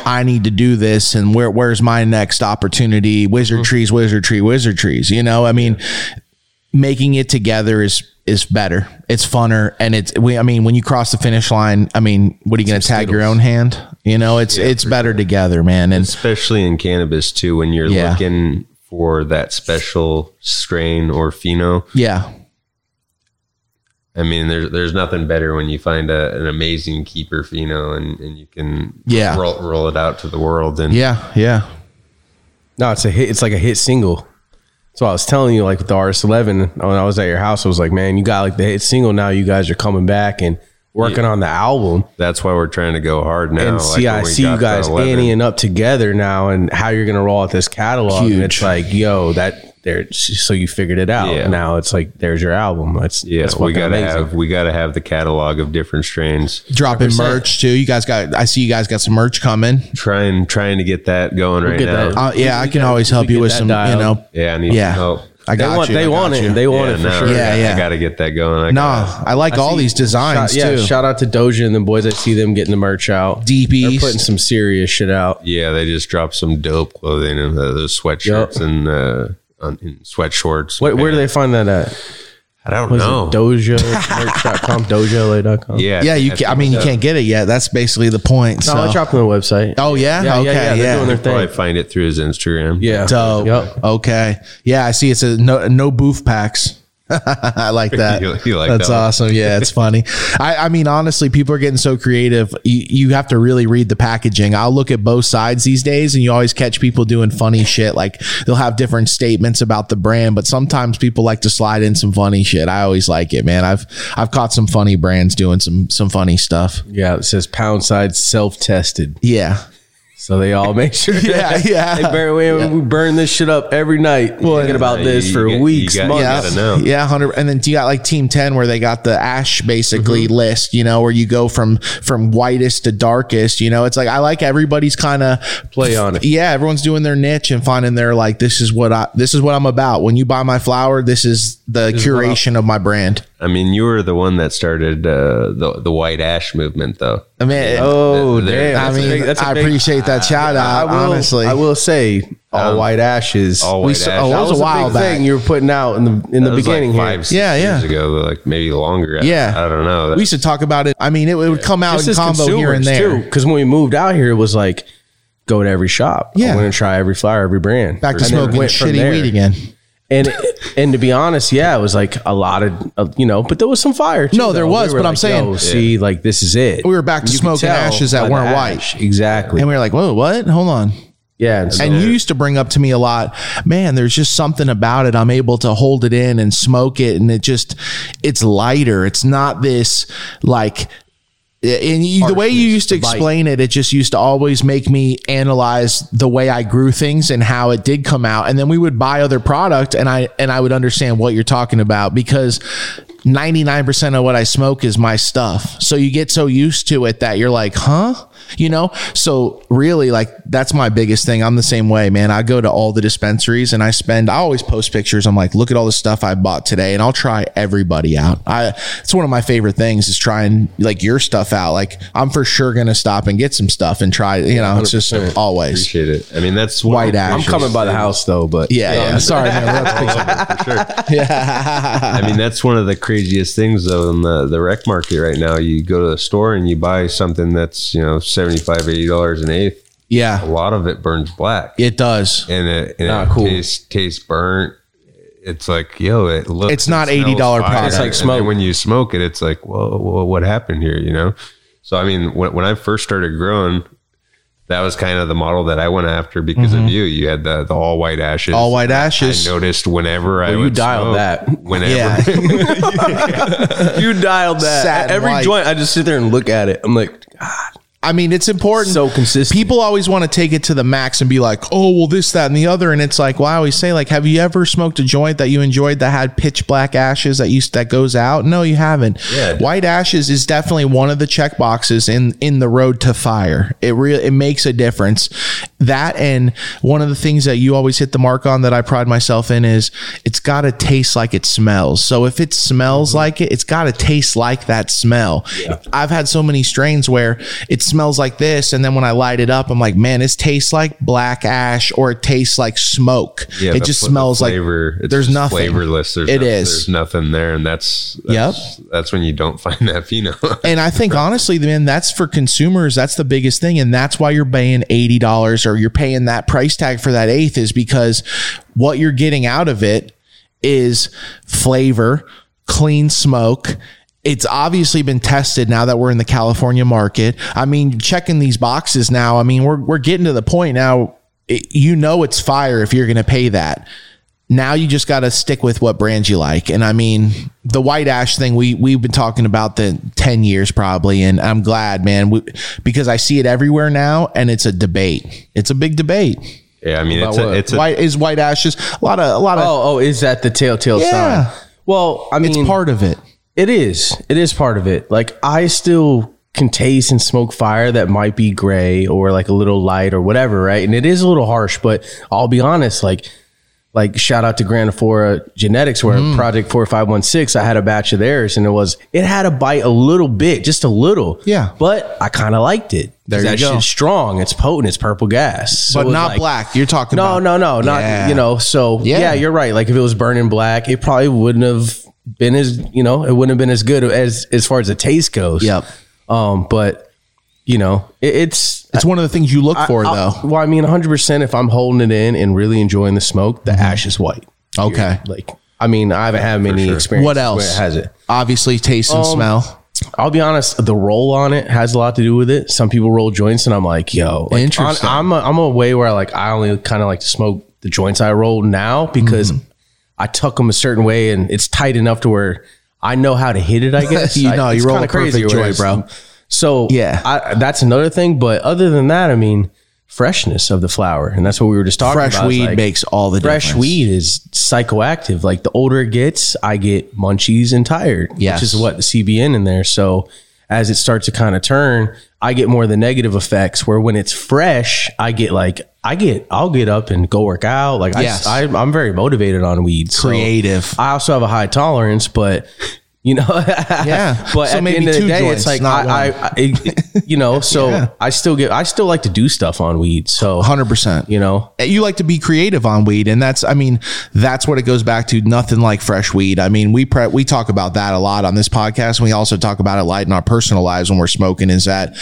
I need to do this, and where where's my next opportunity? Wizard trees, wizard tree, wizard trees. You know, I mean, making it together is is better. It's funner, and it's. We, I mean, when you cross the finish line, I mean, what are you going to tag your own hand? You know, it's it's better together, man. And especially in cannabis too, when you're Yeah. looking for that special strain or pheno. yeah, I mean, there's there's nothing better when you find a, an amazing keeper pheno and, and you can Yeah. roll, roll it out to the world and yeah, yeah. No, it's a hit. It's like a hit single. So I was telling you, like with the RS11, when I was at your house, I was like, man, you got like the hit single now. You guys are coming back and working on the album, that's why we're trying to go hard now. and like see, I when we see got you to guys 11. anteing up together now, and how you're gonna roll out this catalog. And it's Huge. like, yo, that there. So you figured it out. Yeah. Now it's like, there's your album. That's Yeah, that's we fucking gotta amazing. have we gotta have the catalog of different strains. dropping merch too. You guys got. I see you guys got some merch coming. Trying trying to get that going right get now. that. Uh, yeah, I can always help we you get with that some. dialed. You know, Yeah, I need yeah. some help. I They got want, you. I they got want you. it. They want yeah, it for no, sure. I Yeah, gotta- yeah. I gotta get that going. I Nah, I like all these designs Shout, yeah, too. shout out to Doja and them boys. I see them getting the merch out. Deep They're East. putting some serious shit out. Yeah, they just dropped some dope clothing and uh, those sweatshirts Yep. and uh, on, and sweatshorts. What, where do they find that at? I don't Was know. it doja.com, dojala.com? Oh. Yeah, yeah, you. I Can, I think mean, you so. can't get it yet. That's basically the point. No, I So. dropped on the website. Oh yeah. Yeah, yeah, okay. yeah, Yeah. they're doing their thing. probably find it through his Instagram. Yeah. Dope. Yep. Okay. Yeah, I see. It's a no, no booth packs. I like that. You- you like That's that one. awesome. Yeah, it's funny. I, I mean, honestly, people are getting so creative. You, you have to really read the packaging. I'll look at both sides these days, and you always catch people doing funny shit. Like they'll have different statements about the brand, but sometimes people like to slide in some funny shit. I always like it, man. I've I've caught some funny brands doing some some funny stuff. Yeah. It says pound side self tested. Yeah. So they all make sure. Yeah, that- yeah. Hey, Barry, we, we burn this shit up every night. thinking about you- this you for get- you weeks, got- you months. gotta know. Yeah, hundred. And then you got like Team Ten, where they got the ash basically list. You know, where you go from from whitest to darkest. You know, it's like I like everybody's kind of Play on it. Yeah, everyone's doing their niche and finding their like. This is what I. This is what I'm about. When you buy my flower, this is the curation of my brand. I mean, you were the one that started uh, the the white ash movement, though. I mean, Oh, There- damn. I That's a mean, big- that's a I big- appreciate that shout I out. will, honestly, I will say, all white ashes. Um, All We white saw- ash. oh, that that was, was a a, while big back. thing you were putting out in the in the That was beginning like here. five, six Yeah, years yeah. ago, like maybe longer. I- Yeah. I, don't know. we used to talk about it. I mean, it, it would come out in combo here and there. Because when we moved out here, it was like go to every shop. Yeah. I want to try every flower, every brand. Back to And then smoking went from shitty there. weed again. And and to be honest, yeah, it was like a lot of uh, you know, but there was some fire. Too, No, there though. was, were but I'm like, saying- yo, see, like this is it. We were back to You could smoking tell ashes by that the weren't ash. white. exactly. And we were like, whoa, what? Hold on. yeah, and so- And you used to bring up to me a lot, man, there's just something about it. I'm able to hold it in and smoke it. And it just, it's lighter. It's not this like, and you, the way you used to explain it, it just used to always make me analyze the way I grew things and how it did come out. And then we would buy other product and I, and I would understand what you're talking about because 99% of what I smoke is my stuff. So you get so used to it that you're like, huh? You know? So really, like, that's my biggest thing. I'm the same way, man. I go to all the dispensaries and I spend, I always post pictures. I'm like, look at all the stuff I bought today and I'll try everybody out. I, it's one of my favorite things is trying like your stuff out. Like, I'm for sure going to stop and get some stuff and try, you know, it's just 100%. always. Appreciate it. I mean, that's White ash. I'm coming by the house though, but Yeah. Yeah. Sorry, man. We're not- for sure. I mean, that's one of the craziest things though in the, the rec market right now. You go to the store and you buy something that's, you know, 75 $80 an eighth. A yeah. lot of it burns black. It does. and it, and Not it cool. tastes, tastes burnt. It's like, yo, it looks. It's not it smells $80 fire. product. It's like And then smoke. When you smoke it, it's like, whoa, whoa, what happened here? You know. So I mean, when, when I first started growing, that was kind of the model that I went after because Mm-hmm. of you. You had the the all white ashes. All white I ashes. noticed whenever I Well, you would dialed smoke, that. whenever Yeah. you dialed that. Satin Every white. joint, I just sit there and look at it. I'm like, I mean, it's important. So consistent. People always want to take it to the max and be like, oh, well, this, that, and the other. And it's like, well, I always say, like, have you ever smoked a joint that you enjoyed that had pitch black ashes that used that goes out? No, you haven't. Yeah. White ashes is definitely one of the check boxes in in the road to fire. It really it makes a difference. That and one of the things that you always hit the mark on that I pride myself in is it's got to taste like it smells. So if it Mm-hmm. smells like it, it's got to taste like that smell. I've had so many strains where it smells like this, and then when I light it up, I'm like, man, this tastes like black ash or it tastes like smoke. Yeah, it the just fl- the smells like flavor, it's there's just nothing. flavorless. There's It no- is. There's nothing there, and that's, that's That's when you don't find that Pinot. and I think honestly, man, that's for consumers. That's the biggest thing, and that's why you're paying eighty dollars or you're paying that price tag for that eighth is because what you're getting out of it is flavor, clean smoke. It's obviously been tested now that we're in the California market. I mean, checking these boxes now. I mean, we're we're getting to the point now. It, you know, it's fire if you're going to pay that now you just got to stick with what brand you like. And I mean, the white ash thing we we've been talking about the 10 years probably and I'm glad, man, we, because I see it everywhere now and it's a debate. It's a big debate. yeah, I mean, it's what? a, it's a White is white ashes a lot of a lot of oh, oh, is that the telltale Yeah. sign? Well, I mean, it's part of it. It is. It is part of it. Like I still can taste and smoke fire that might be gray or like a little light or whatever, right? And it is a little harsh, but I'll be honest, like like shout out to Granifora Genetics where Mm. Project 4516 I had a batch of theirs and it was it had a bite a little bit, just a little. Yeah. But I kind of liked it. There that you go. shit's strong, it's potent, it's purple gas. So But it's not like- black. You're talking no, about no, no, not Yeah. you know. So Yeah. yeah. you're right. Like if it was burning black, it probably wouldn't have been as you know, it wouldn't have been as good as as far as the taste goes. Yep. Um, but you know, it, it's It's one of the things you look for I'll- though. Well, I mean, 100. percent If I'm holding it in and really enjoying the smoke, Mm-hmm. the ash is white. Okay. Like I mean, I haven't had many experiences. What where else? it has it? Obviously taste Um, and smell. I'll be honest, the roll on it has a lot to do with it. Some people roll joints, and I'm like, yo, like, Interesting. On, I'm a, I'm a way where I like I only kind of like to smoke the joints I roll now because Mm. I tuck them a certain way, and it's tight enough to where I know how to hit it. I guess You I- know, you it's roll kinda a perfect where joint, it's- bro. So Yeah. I, that's another thing. But other than that, I mean, freshness of the flower, and that's what we were just talking about. Fresh It's weed like, makes all the fresh difference. weed is psychoactive. Like the older it gets, I get munchies and tired, Yes. which is what the CBN in there. So as it starts to kind of turn, I get more of the negative effects. Where when it's fresh, I get like I get I'll get up and go work out. Like Yes. I, I am very motivated on weed. So Creative. I also have a high tolerance, but. You know, Yeah. But So at maybe the end of the two day, joints, it's like not I, I, I, you know, so I still get, I still like to do stuff on weed. So 100%. you know, you like to be creative on weed and that's i mean that's what it goes back to nothing like fresh weed i mean we pre- we talk about that a lot on this podcast and we also talk about it light in our personal lives when we're smoking is that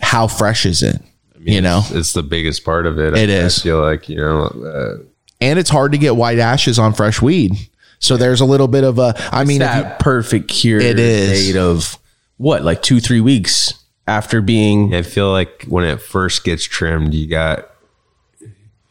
how fresh is it you know, it's, it's the biggest part of it. It I, is. I feel like you know, uh, and it's hard to get white ashes on fresh weed. So there's a little bit of a. I mean, if you- that perfect cure It is. date of what, like two, three weeks after being I feel like when it first gets trimmed, you got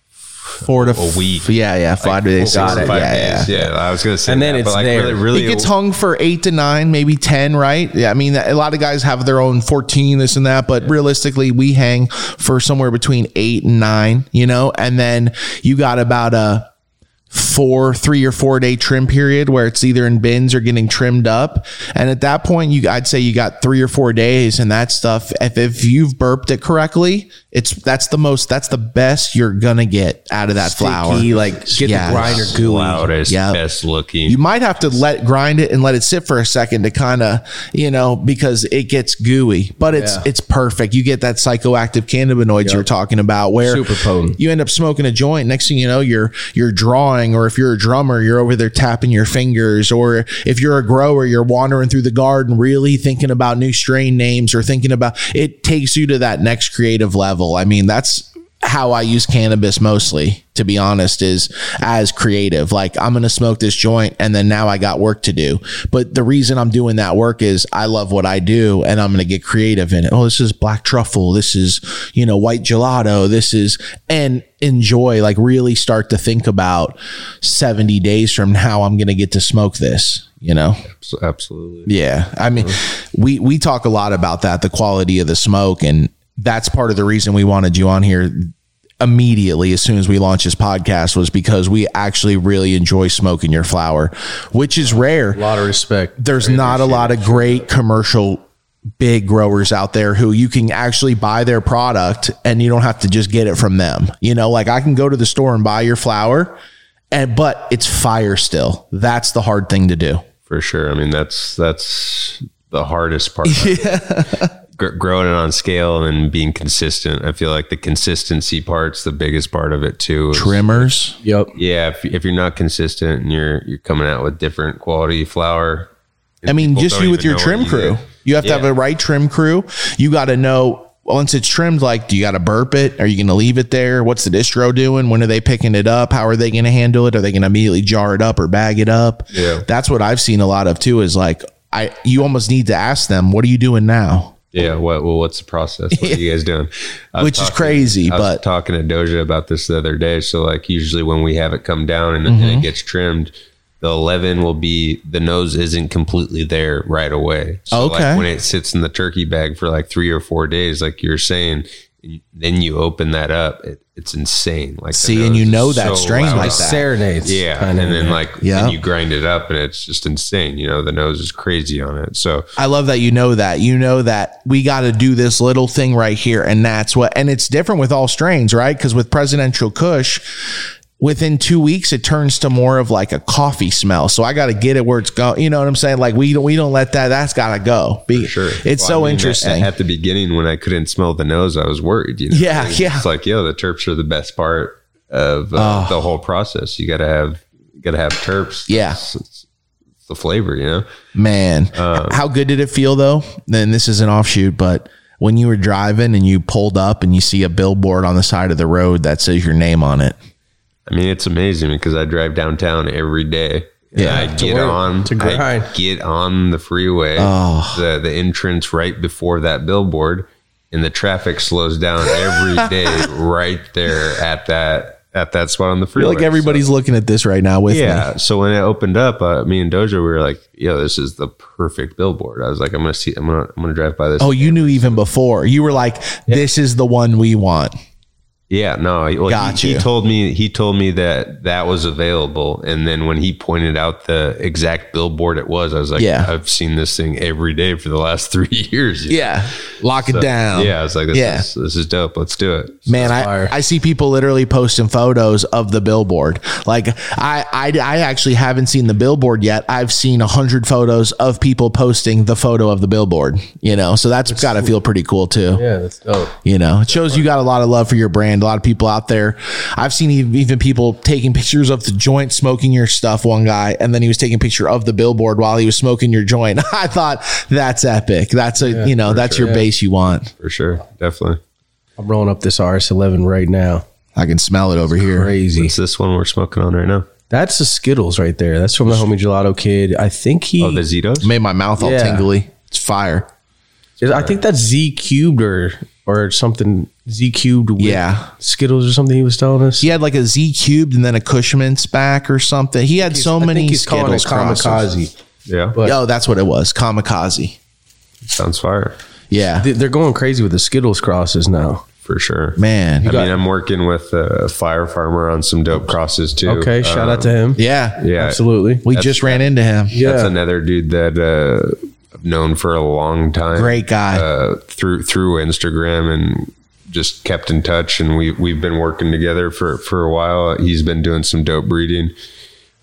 four to a week. Yeah, yeah, five days. got it. Yeah, five yeah. days. Yeah, I was gonna say, And then that, it's but like there. really, really, It gets hung for eight to nine, maybe ten, right? Yeah, I mean, a lot of guys have their own fourteen, this and that, but realistically, we hang for somewhere between eight and nine, you know, and then you got about a four, three or four day trim period where it's either in bins or getting trimmed up, and at that point, you I'd say you got three or four days, and that stuff. If if you've burped it correctly, it's that's the most, that's the best you're gonna get out of that flower. sticky, like get Yeah. the grinder gooey. loudest, Yeah. best looking. You might have to let grind it and let it sit for a second to kind of, you know, because it gets gooey. But it's Yeah. it's perfect. You get that psychoactive cannabinoids you were talking about, where Super potent. You end up smoking a joint. Next thing you know, you're you're drawing, or if you're a drummer, you're over there tapping your fingers, or if you're a grower, you're wandering through the garden, really thinking about new strain names or thinking about. It takes you to that next creative level. I mean, that's how I use cannabis mostly, to be honest, is as creative. Like I'm going to smoke this joint and then now I got work to do. But the reason I'm doing that work is I love what I do and I'm going to get creative in it. Oh, this is black truffle. This is, you know, white gelato. This is, and enjoy, like really start to think about 70 days from now, I'm going to get to smoke this, you know? Abso- Absolutely. Yeah. I mean, we we talk a lot about that, the quality of the smoke, and that's part of the reason we wanted you on here immediately as soon as we launched this podcast was because we actually really enjoy smoking your flower, which is rare A lot of respect. there's not a lot of great commercial big growers out there who you can actually buy their product and you don't have to just get it from them. You know, like I can go to the store and buy your flower and but it's fire still. That's the hard thing to do. for sure. I mean, that's that's the hardest part. Gr- growing it on scale and being consistent. I feel like the consistency part's the biggest part of it too. is- Trimmers. Yep. Yeah, if, if you're not consistent and you're you're coming out with different quality flour, I mean, people just don't you with even your know trim what you crew. did. You have to have Yeah. a right trim crew. You got to know once it's trimmed, like, do you got to burp it? Are you going to leave it there? What's the distro doing? When are they picking it up? How are they going to handle it? Are they going to immediately jar it up or bag it up? Yeah. That's what I've seen a lot of too is like, I, you almost need to ask them, what are you doing now? yeah. What well, what's the process? What are you guys doing? I was Which is talking- crazy, I was but talking to Doja about this the other day. So like usually when we have it come down and, Mm-hmm. and it gets trimmed, the eleven will be the nose isn't completely there right away. So Okay. like when it sits in the turkey bag for like three or four days, like you're saying, then you open that up, it, it's insane. Like the See, and nose you is know that strain loud. like Like that. serenades. Yeah, kind of. and then like Yeah. then you grind it up and it's just insane. You know the nose is crazy on it. So I love that you know that. You know that we got to do this little thing right here. And that's what, and it's different with all strains, right? Because with presidential Kush, within two weeks, it turns to more of like a coffee smell. So I got to get it where it's going. You know what I'm saying? Like we don't, we don't let that, that's got to go. Be, sure. It's Well, so I mean, interesting. At, at the beginning, when I couldn't smell the nose, I was worried. You know? Yeah, And yeah. It's like, yo, the terps are the best part of uh, the whole process. You gotta have, you gotta have terps. Yeah. It's, it's- it's the flavor, you know. Man, Uh, how good did it feel though? Then this is an offshoot, but when you were driving and you pulled up and you see a billboard on the side of the road that says your name on it. I mean, it's amazing because I drive downtown every day. and Yeah, I get work, on to I grind. get on the freeway, the the entrance right before that billboard, and the traffic slows down every day right there at that at that spot on the I feel freeway. like everybody's looking at this right now with me. Yeah. So when it opened up, uh, me and Doja, we were like, "Yo, this is the perfect billboard." I was like, "I'm gonna see. I'm gonna. I'm gonna drive by this." Oh, you knew even before. You were like, "This is the one we want." yeah. No. he- Well, Got he, you. he told me. He told me that that was available, and then when he pointed out the exact billboard it was, I was like, Yeah. I've seen this thing every day for the last three years." Yeah, lock it down. Yeah. I was like, "This Yeah. is this is dope. Let's do it." Man, fire. I, I see people literally posting photos of the billboard. Like I, I, I actually haven't seen the billboard yet. I've seen a hundred photos of people posting the photo of the billboard. You know, so that's got to feel pretty cool too. Yeah, that's dope. You know, it shows you got a lot of love for your brand. A lot of people out there. I've seen even, even people taking pictures of the joint smoking your stuff. One guy, and then he was taking a picture of the billboard while he was smoking your joint. I thought that's epic. That's a you know that's your base you want. For sure. Definitely. I'm rolling up this RS11 right now. I can smell it over here. Crazy. It's this one we're smoking on right now. That's the Skittles right there. That's from the homie Gelato Kid. I think he. Oh, the Zitos. Made my mouth all Yeah. tingly. It's fire. I think that's Z cubed or or something. Z cubed. With Yeah. Skittles or something. He was telling us. He had like a Z cubed and then a Cushman's back or something. He had so I many think he's Skittles calling it crosses. kamikaze. Yeah, But- Oh, that's what it was. Kamikaze. sounds fire Yeah. They- They're going crazy with the Skittles crosses now. for sure. Man. I mean, I'm working with a fire farmer on some dope crosses too. Um, Okay, shout out to him. Yeah. yeah, Absolutely. We just ran into him. That's Yeah. another dude that uh, I've known for a long time. Great guy. uh, through through Instagram and just kept in touch and we we've been working together for for a while. He's been doing some dope breeding.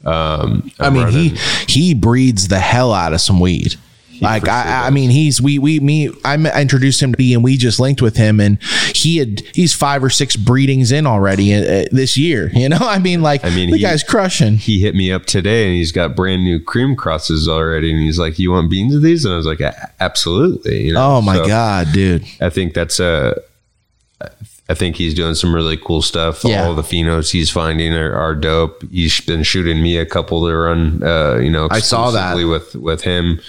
I mean, he he breeds the hell out of some weed. Like sure I, I mean, he's we we me I m- I introduced him to B and we just linked with him and he had he's five or six breedings in already uh, uh, this year. You know, I mean, like I mean, the he- guy's crushing. He hit me up today and he's got brand new cream crosses already and he's like, "You want beans of these?" And I was like, "A- "Absolutely." you know? Oh my So god, dude! I think that's a I think he's doing some really cool stuff. Yeah. All the phenos he's finding are, are dope. He's been shooting me a couple to run. Uh, you know, I saw that. exclusively with with him.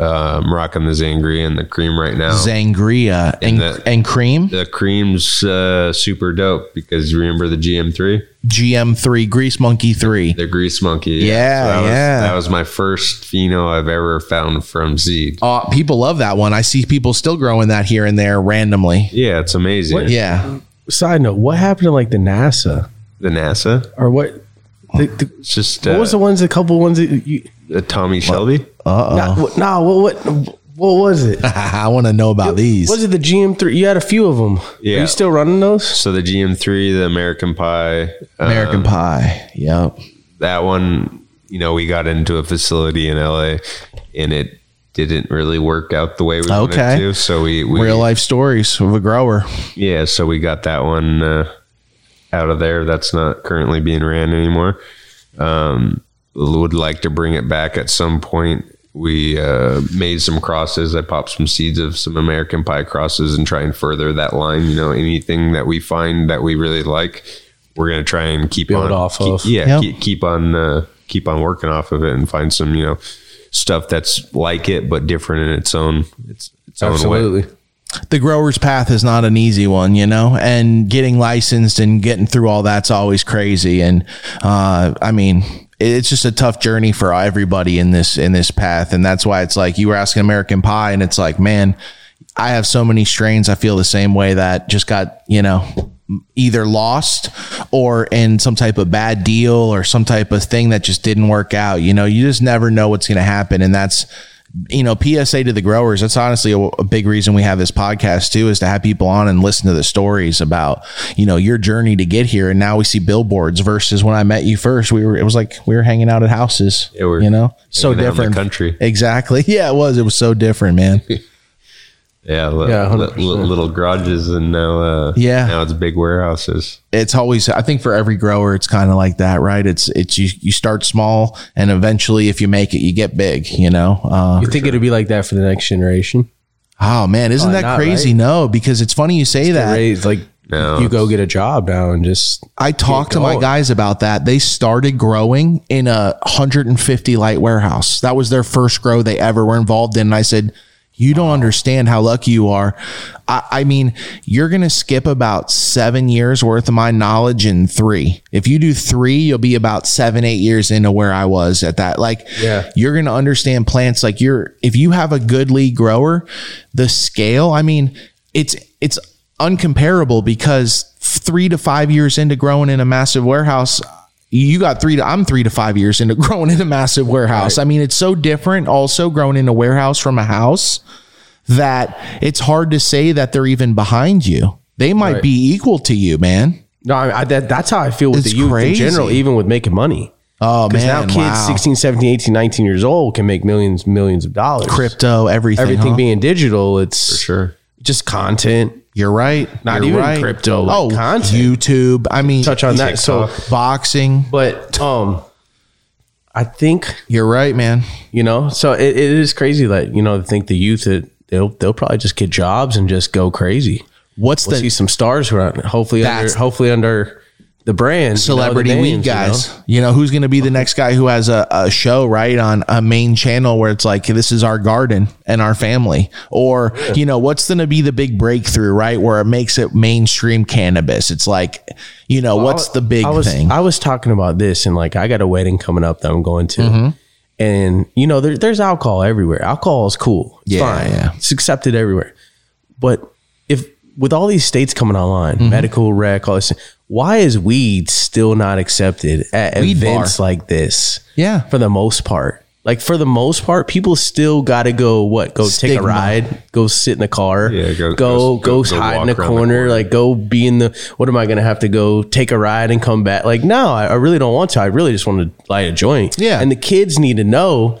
Uh, I'm rocking the Zangri and the cream right now. Zangria and the- and cream the cream's uh, super dope because you remember the GM3, GM three Grease Monkey three. the Grease Monkey. Yeah, that was, yeah. That was my first pheno I've ever found from seed. Uh, people love that one. I see people still growing that here and there randomly. Yeah, it's amazing. Yeah, Side note: What happened to like the NASA The NASA. or what? The, the, It's just what uh, was the ones? A couple ones that you. uh, Tommy Shelby. Nah, what- nah, what what what was it? I want to know about these. Was it the GM3? You had a few of them. Are Yeah. you still running those? So the GM3, the American Pie, uh, American Pie. Yep. that one. You know, we got into a facility in LA, and it didn't really work out the way we Okay. wanted to. So we, we real life stories of a grower. Yeah, so we got that one uh, out of there. That's not currently being ran anymore. Um, would like to bring it back at some point. We uh, made some crosses. I popped some seeds of some American Pie crosses and try and further that line. You know, anything that we find that we really like, we're gonna try and keep Build on off keep- of. Yeah, Yeah. Keep, keep on uh, keep on working off of it and find some you know stuff that's like it but different in its own its, its own way. The grower's path is not an easy one, you know, and getting licensed and getting through all that's always crazy. And uh, I mean, it's just a tough journey for everybody in this in this path, and that's why it's like you were asking American Pie, and it's like, man, I have so many strains. I feel the same way that just got you know either lost or in some type of bad deal or some type of thing that just didn't work out. You know, you just never know what's going to happen, and that's you know, PSA to the growers. That's honestly a, a big reason we have this podcast too, is to have people on and listen to the stories about, you know, your journey to get here. And now we see billboards versus when I met you first, we were, it was like we were hanging out at houses, Yeah, we're you know, so hanging out in the different country. Exactly. Yeah, it was. It was so different, man. Yeah, li- Yeah, li- 100%. li- little garages and now uh, Yeah. now it's big warehouses. it's always i think for every grower it's kind of like that right it's it's you, you start small and eventually if you make it you get big you know uh, You think it'd be like that for the next generation? oh man isn't that not, crazy no because it's funny you say that Raise, like No, you go get a job now and just i talked to my going. guys about that they started growing in a 150 light warehouse that was their first grow they ever were involved in and i said you don't understand how lucky you are. I, I mean, you're going to skip about seven years worth of my knowledge in three. If you do three, you'll be about seven, eight years into where I was at that. Like, Yeah. you're going to understand plants. Like, you're, if you have a good lead grower, the scale, I mean, it's, it's uncomparable because three to five years into growing in a massive warehouse, you got three to I'm three to five years into growing in a massive warehouse. I mean, it's so different also growing in a warehouse from a house that it's hard to say that they're even behind you. They might Right. be equal to you, man. no. I, I, that, that's how I feel with It's the youth in general, crazy. even with making money. Oh man, Because now kids wow. 16, 17, 18, 19 years old can make millions, millions of dollars. crypto, everything. Everything huh? being digital, it's sure. just content. you're right. Not You're even right. crypto, like oh, content. YouTube. I mean, Touch on that. So, boxing. but um, I think You're right, man. you know so it, it is crazy that you know I think the youth that they'll they'll probably just get jobs and just go crazy What's We'll see the some stars around. Hopefully, under, That's- hopefully under the brand you know, the celebrity weed names, you know? guys? You know? who's going to be the next guy who has a, a show right on a main channel where it's like this is our garden and our family, or you know what's going to be the big breakthrough right where it makes it mainstream cannabis? It's like you know what's the big I was thing? I was talking about this and like I got a wedding coming up that I'm going to, Mm-hmm. and you know there, there's alcohol everywhere. Alcohol is cool. It's Yeah, fine. yeah. It's accepted everywhere. But if with all these states coming online, Mm-hmm. medical rec, all this, why is weed still not accepted at Weed events like this? Yeah. for the most part. Like for the most part, people still got to go. What? Go take a Stigma. ride. Go sit in the car. Yeah, go go, go- go- go hide in a walk around the corner. corner. Like go be in the. What am I gonna have to go take a ride and come back? Like no, I, I really don't want to. I really just want to light a joint. Yeah. and the kids need to know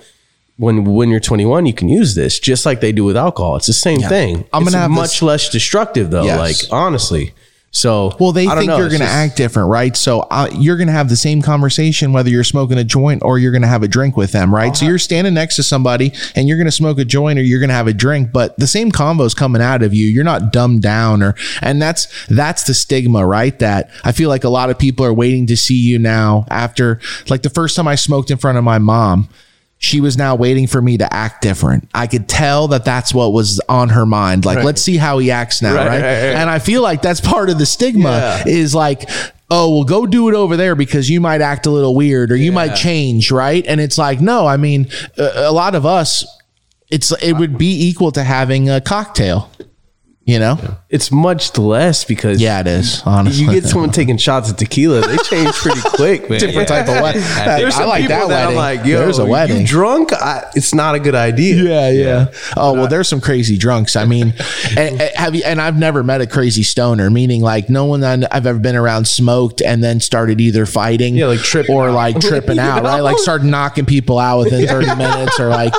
when when you're 21, you can use this just like they do with alcohol. It's the same thing. I'm It's gonna have much this- less destructive though. Yes. Like honestly, so Well, they I don't think know. you're It's going to just- act different, right? So uh, you're going to have the same conversation whether you're smoking a joint or you're going to have a drink with them, right? so Uh-huh. you're standing next to somebody and you're going to smoke a joint or you're going to have a drink, but the same convo's coming out of you. You're not dumbed down or and that's that's the stigma, right? That I feel like a lot of people are waiting to see you now after like the first time I smoked in front of my mom she was now waiting for me to act different. I could tell that that's what was on her mind. Like, let's see how he acts now, right? right, right. And I feel like that's part of the stigma is like, oh, well, go do it over there because you might act a little weird or you might change, right? And it's like, no, I mean, a, a lot of us, it's it would be equal to having a cocktail, you know? It's much less because Yeah, it is. Honestly, You get someone taking shots of tequila, they change pretty quick, man. different type of wedding. think- I like people that wedding. I'm like, yo, There's a wedding. You drunk? I, it's not a good idea. Yeah, yeah. Oh well, there's some crazy drunks. I mean, and, and have you? And I've never met a crazy stoner. Meaning, like no one that I've ever been around smoked and then started either fighting, Yeah, like tripping or out. like tripping out, right? Like started knocking people out within 30 minutes, or like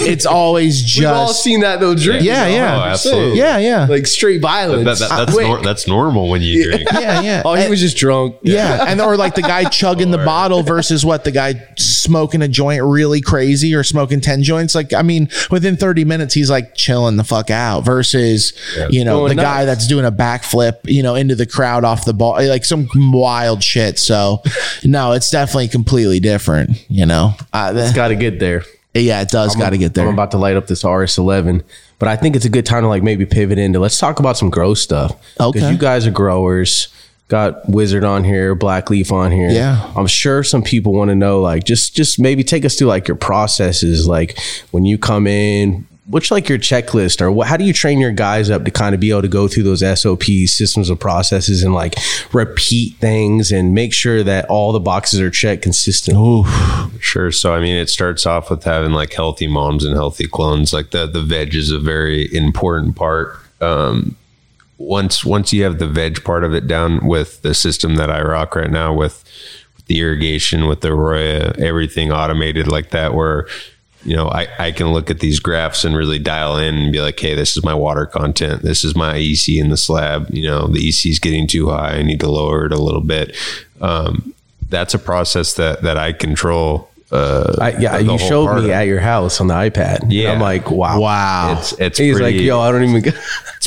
it's always We've all just seen that though. Drink. yeah, yeah, Oh, absolutely. yeah, yeah, Like straight violence. That, that, that's, Quick. nor- that's normal when you drink. yeah, yeah. oh, he was just drunk. Eh, Yeah, and or like the guy chugging the bottle versus what the guy smoking a joint really crazy or smoking ten joints. Like I mean, within thirty minutes he's like chilling the fuck out versus you know going the guy nuts. that's doing a backflip you know into the crowd off the ball like some wild shit. So no, it's definitely completely different. You know, uh, th- Got to get there. yeah, it does got to get there. I'm about to light up this RS11, but I think it's a good time to like maybe pivot into. Let's talk about some grow stuff. Okay. you guys are growers. Got Wizard on here, Black Leaf on here. Yeah. I'm sure some people want to know like just just maybe take us through like your processes, like when you come in. Which like your checklist or what, how do you train your guys up to kind of be able to go through those SOPs, systems of processes, and like repeat things and make sure that all the boxes are checked consistently? Sure. So I mean, it starts off with having like healthy moms and healthy clones. Like the the veg is a very important part. Um, once once you have the veg part of it down with the system that I rock right now with, with the irrigation, with the Arroya, everything automated like that, where you know I, I can look at these graphs and really dial in and be like, hey, this is my water content, this is my EC in the slab. You know, the EC is getting too high. I need to lower it a little bit. Um, that's a process that that I control. Uh, I, yeah, the you whole showed part of me it. at your house on the iPad. And Yeah. I'm like, wow, wow, It's it's He's pretty, like, yo, I don't even. Go. it's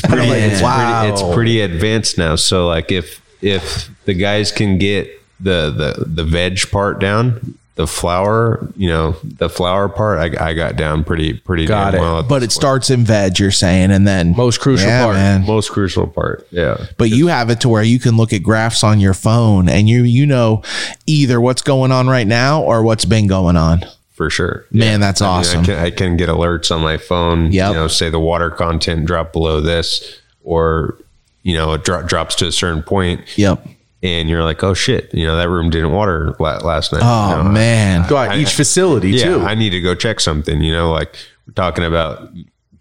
pretty, Man. it's Wow. pretty it's pretty advanced now. So like if if the guys can get the the the veg part down, the flour, you know, the flour part, I, I got down pretty pretty Got damn it. well. but it starts in veg. You're saying, and then Most crucial Yeah, part. man. most crucial part, yeah. but you have it to where you can look at graphs on your phone and you you know either what's going on right now or what's been going on. for sure. Man, that's I mean, awesome. I can, I can get alerts on my phone. Yep. You know, say the water content dropped below this, or you know, it dro- drops to a certain point, Yep. and you're like, oh shit, you know, that room didn't water la- last night. Oh You know, man. God, each facility yeah, too. I need to go check something. You know, like we're talking about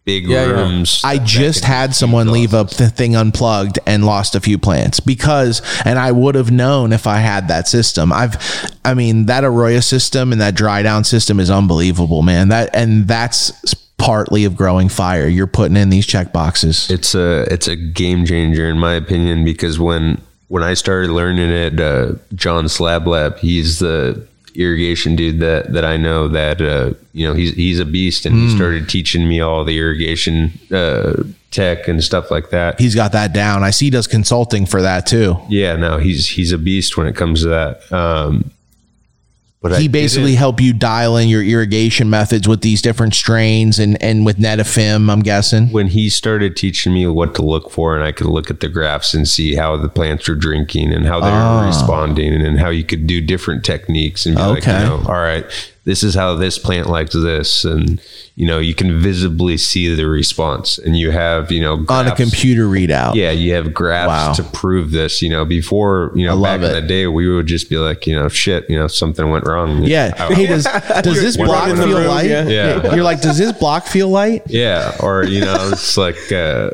big Yeah, yeah. rooms. I just had someone leave up the thing unplugged and lost a few plants because, and I would have known if I had that system. I've, I mean, that Arroyo system and that dry down system is unbelievable, man. That, and that's partly of growing fire. You're putting in these check boxes. It's a it's a game changer in my opinion because when when I started learning it, uh, John Slab Lab, he's the irrigation dude that that I know that uh, you know he's he's a beast and he started teaching me all the irrigation uh, tech and stuff like that. He's got that down. I see he does consulting for that too. yeah, no, he's he's a beast when it comes to that. Um, but I he didn't- basically helped you dial in your irrigation methods with these different strains and and with netafim. I'm guessing. when he started teaching me what to look for and I could look at the graphs and see how the plants were drinking and how they Ah. were responding and, how you could do different techniques and be like, you Okay. know, all right, this is how this plant likes this. And, you know, you can visibly see the response and you have, you know, On a graphs. computer readout. Yeah, you have graphs Wow. to prove this. You know, before, you know, love back in it. the day, we would just be like, you know, shit, you know, something went wrong. Yeah. I- Oh. Hey, does does this You're block in the feel room, light? yeah. Yeah. You're like, does this block feel light? Yeah, or you know, it's like uh,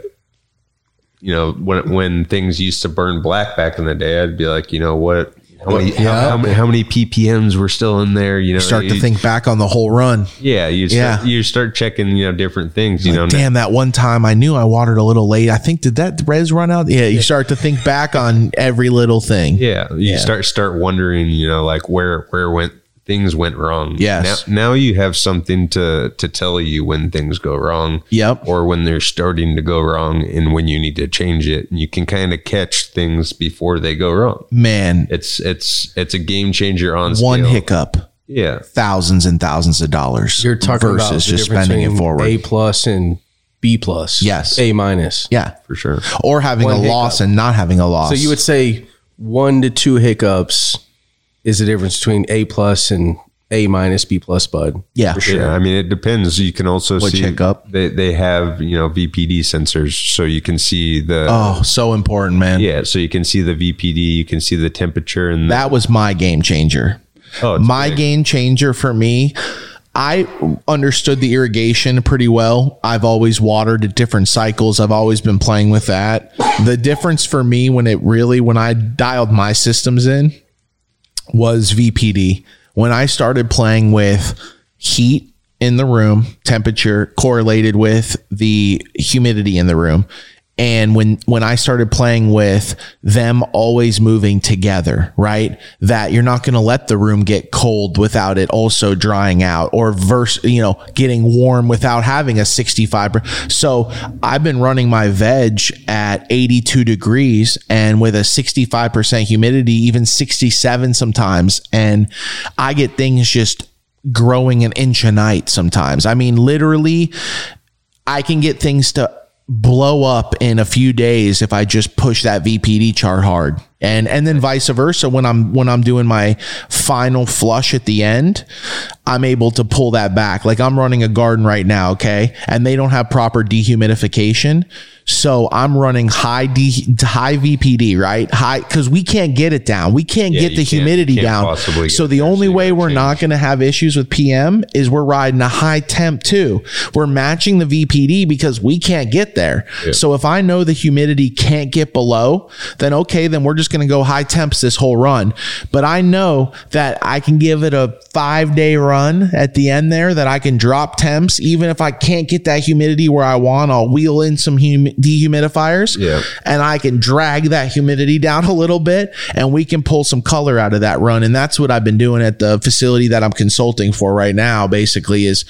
you know when when things used to burn black back in the day, I'd be like, you know what, how many, how, how many, how many ppms were still in there? You know, Start to you- think back on the whole run. Yeah, you start, Yeah. you start checking, you know, different things. You know, now- Damn, that one time I knew I watered a little late. I think did that res run out? Yeah, you start to think back on every little thing. yeah, you start start wondering, you know, like where where went things went wrong. Yes. now, now you have something to to tell you when things go wrong. Yep. or when they're starting to go wrong and when you need to change it and you can kind of catch things before they go wrong Man, it's it's it's a game changer on one scale. hiccup, yeah thousands and thousands of dollars. You're talking versus about the just difference spending it between forward. A plus and B plus. Yes. A minus. yeah. for sure Or having a One hiccup. loss and not having a loss. So you would say one to two hiccups is the difference between A plus and A minus, B plus, bud. yeah. yeah i mean it depends you can also Which see hiccup? they, they have you know vpd sensors so you can see the Oh, so important, man. yeah so you can see the vpd you can see the temperature and the, That was my game changer. oh, it's my game changer for me i understood the irrigation pretty well i've always watered at different cycles i've always been playing with that the difference for me when it really when i dialed my systems in was vpd when i started playing with heat in the room temperature correlated with the humidity in the room and when when i started playing with them always moving together right that you're not going to let the room get cold without it also drying out or verse you know getting warm without having a 65 per- so i've been running my veg at 82 degrees and with a 65% humidity even 67 sometimes and i get things just growing an inch a night sometimes i mean literally I can get things to blow up in a few days if I just push that VPD chart hard. And and then vice versa when I'm when I'm doing my final flush at the end, I'm able to pull that back. Like I'm running a garden right now, okay? And they don't have proper dehumidification. So I'm running high de- high VPD, right? High cuz we can't get it down. We can't get the you can't- humidity can't down. possibly get So it the down, so only you way gotta we're change. not going to have issues with PM is we're riding a high temp too. We're matching the VPD because we can't get there. So if I know the humidity can't get below, then okay, then we're just going to go high temps this whole run. But I know that I can give it a five day run at the end there that I can drop temps. Even if I can't get that humidity where I want, I'll wheel in some hum- dehumidifiers Yeah. and I can drag that humidity down a little bit and we can pull some color out of that run. And that's what I've been doing at the facility that I'm consulting for right now, basically, is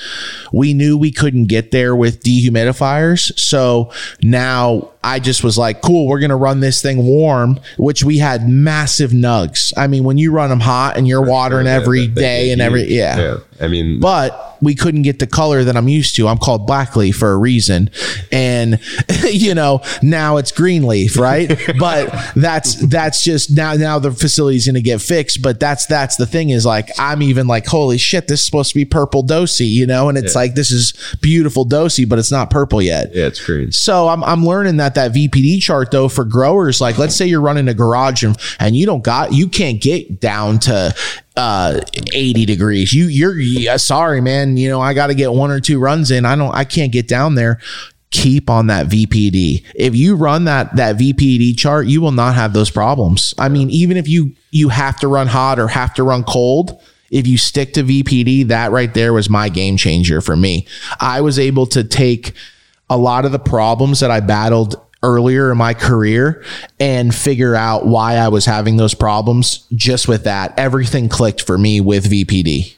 we knew we couldn't get there with dehumidifiers. So now I just was like, cool, we're going to run this thing warm, which we had massive nugs. I mean, when you run them hot and you're watering Yeah, every that- that- day and yeah, every, yeah i mean but we couldn't get the color that I'm used to. I'm called Blackley for a reason. And you know, now it's Greenleaf, right? but that's that's just now now the facility's gonna get fixed. But that's that's the thing is like I'm even like, holy shit, this is supposed to be purple dosy, you know? And it's like this is beautiful dosy, but it's not purple yet. yeah it's green So I'm, I'm learning that that VPD chart though for growers, like let's say you're running a garage and, and you don't got you can't get down to uh 80 degrees. You you're yeah, sorry, man. You know, I gotta get one or two runs in. I don't I can't get down there. Keep on that VPD. If you run that that VPD chart, you will not have those problems. I mean, even if you you have to run hot or have to run cold, if you stick to VPD, that right there was my game changer for me. I was able to take a lot of the problems that I battled earlier in my career and figure out why I was having those problems just with that. Everything clicked for me with VPD.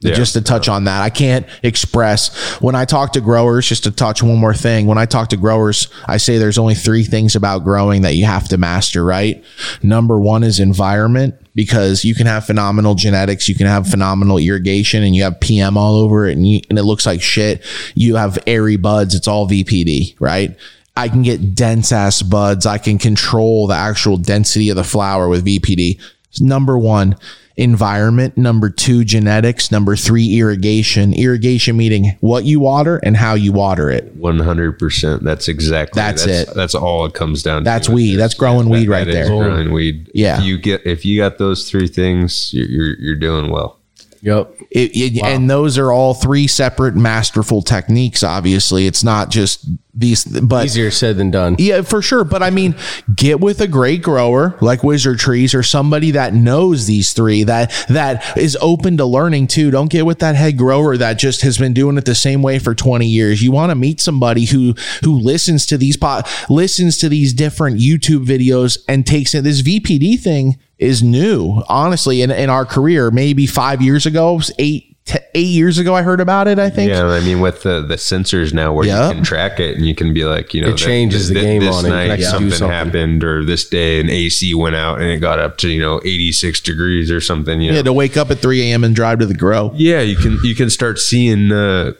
Yeah. Just to touch on that, I can't express when I talk to growers, just to touch one more thing. When I talk to growers, I say there's only three things about growing that you have to master, right? Number one is environment, because you can have phenomenal genetics, you can have phenomenal irrigation, and you have PM all over it, and, you, and it looks like shit. You have airy buds, it's all VPD, right? I can get dense ass buds. I can control the actual density of the flower with VPD. Number one, environment. Number two, genetics. Number three, irrigation. Irrigation meaning what you water and how you water it. One hundred percent. That's exactly. That's it. That's all it comes down. That's to. weed. That's growing weed right That there. is growing weed. Yeah. If you get if you got those three things, you're you're, you're doing well. Yep. It, it- And those are all three separate masterful techniques. Obviously, it's not just these, but Easier said than done. Yeah, for sure. But I mean, get with a great grower like Wizard Trees or somebody that knows these three that that is open to learning too. Don't get with that head grower that just has been doing it the same way for 20 years. You want to meet somebody who who listens to these pot listens to these different YouTube videos and takes it. This VPD thing is new, honestly, in, in our career. Maybe five years ago, eight t- eight years ago, I heard about it, I think. Yeah, I mean, with the, the sensors now, where Yeah. you can track it and you can be like, you know, It changes the game this on it. You can night actually do something, something. happened, or this day an AC went out and it got up to you know eighty six degrees or something. You know? Yeah, to wake up at 3 a.m. and drive to the grow. yeah, you can you can start seeing uh,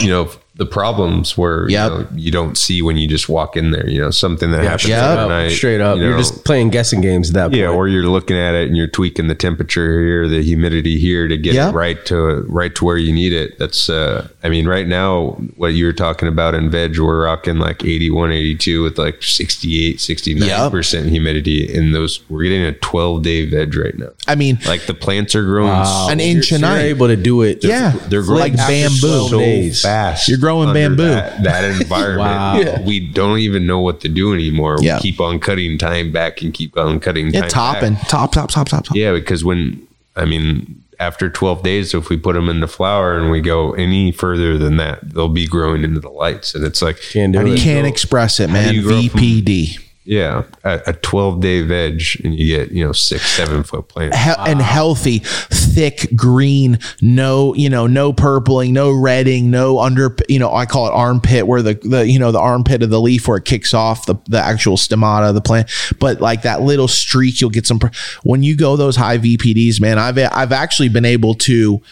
you know the problems where Yep. you, know, you don't see when you just walk in there. You know, something that happens Straight at up. night, Straight up. you You are know. just playing guessing games at that point. Yeah, or you're looking at it and you're tweaking the temperature here, the humidity here to get Yeah. it right to right to where you need it. That's uh I mean right now what you were talking about in veg we're rocking like 81 82 with like 68 69% humidity and those we're getting a 12 day veg right now. I mean, Like the plants are growing so, an You're- inch a so you're night. able to do it. Yeah. they're growing like after bamboo. so Days. fast. You're growing under bamboo. That, that environment. Wow. Yeah. We don't even know what to do anymore. Yeah. We keep on cutting time back and keep on cutting time Yeah, back. topping, top, top, top, top, top. Yeah, because when I mean after 12 days, if we put them in the flower and we go any further than that, they'll be growing into the lights, and it's like Can't do how it. You you can't grow- express it, man. you grow from- VPD yeah, a, a 12 day veg, and you get you know six seven foot plants. he- and healthy, thick green. No, you know, no purpling, no redding, no under. You know, I call it armpit, where the the you know the armpit of the leaf where it kicks off the the actual stomata of the plant. But like that little streak, you'll get some. pur- When you go those high VPDs, man, I've I've actually been able to.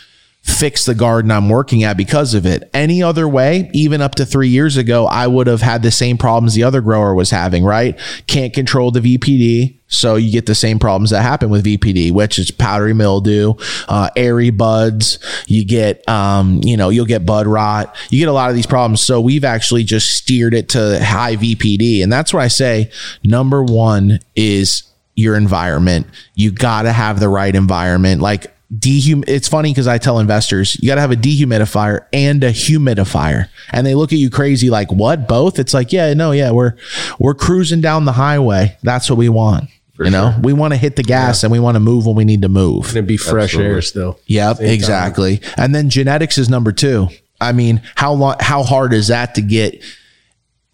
fix the garden I'm working at because of it. Any other way, even up to three years ago, I would have had the same problems the other grower was having, right? Can't control the VPD. So you get the same problems that happen with VPD, which is powdery mildew, uh, airy buds. You get, um, you know, you'll get bud rot. You get a lot of these problems. So we've actually just steered it to high VPD. And that's where I say number one is your environment. You got to have the right environment. Like dehum it's funny because I tell investors, you got to have a dehumidifier and a humidifier. And they look at you crazy like, "What? Both?" It's like, "Yeah, no, yeah, we're we're cruising down the highway. That's what we want." you know, we want to hit the gas and we want to move when we need to move. And it'd be fresh air still. Yep, exactly. And then genetics is number two. I mean, how long, how hard is that to get?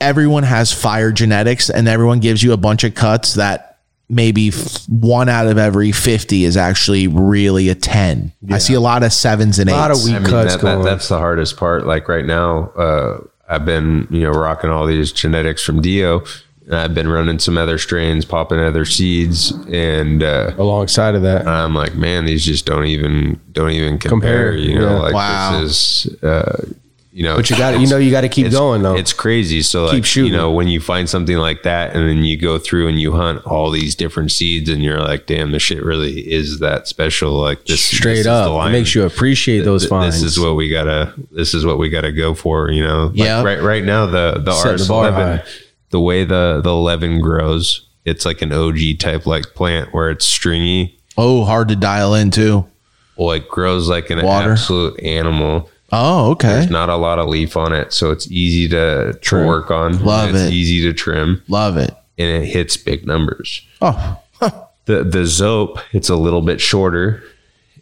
Everyone has fire genetics, and everyone gives you a bunch of cuts that maybe f- one out of every fifty is actually really a ten. I see a lot of sevens and eights. A lot of weak I mean, cuts that, going. that, that's the hardest part. Like right now, uh, I've been you know rocking all these genetics from Dio. And I've been running some other strains, popping other seeds, and uh, Alongside of that, I'm like, man, these just don't even don't even compare. Compare, you know, yeah. like Wow. this is, uh, you know, but you got to you know you got to keep going though. It's crazy. So like, shooting. you know, when you find something like that and then you go through and you hunt all these different seeds and you're like, damn, this shit really is that special. Like this straight this is the up. It line. makes you appreciate those Th- finds. This is what we gotta. This is what we gotta go for. You know, Like, Yeah. Right, right now the the Set the bar RS11, high. the way the the 11 grows, it's like an OG type like plant where it's stringy, oh, hard to dial in too. well, it grows like an Water. absolute animal. Oh, okay, There's not a lot of leaf on it, so it's easy to, to work on. Love it's it. easy to trim, love it. and it hits big numbers. Oh, The the zope, it's a little bit shorter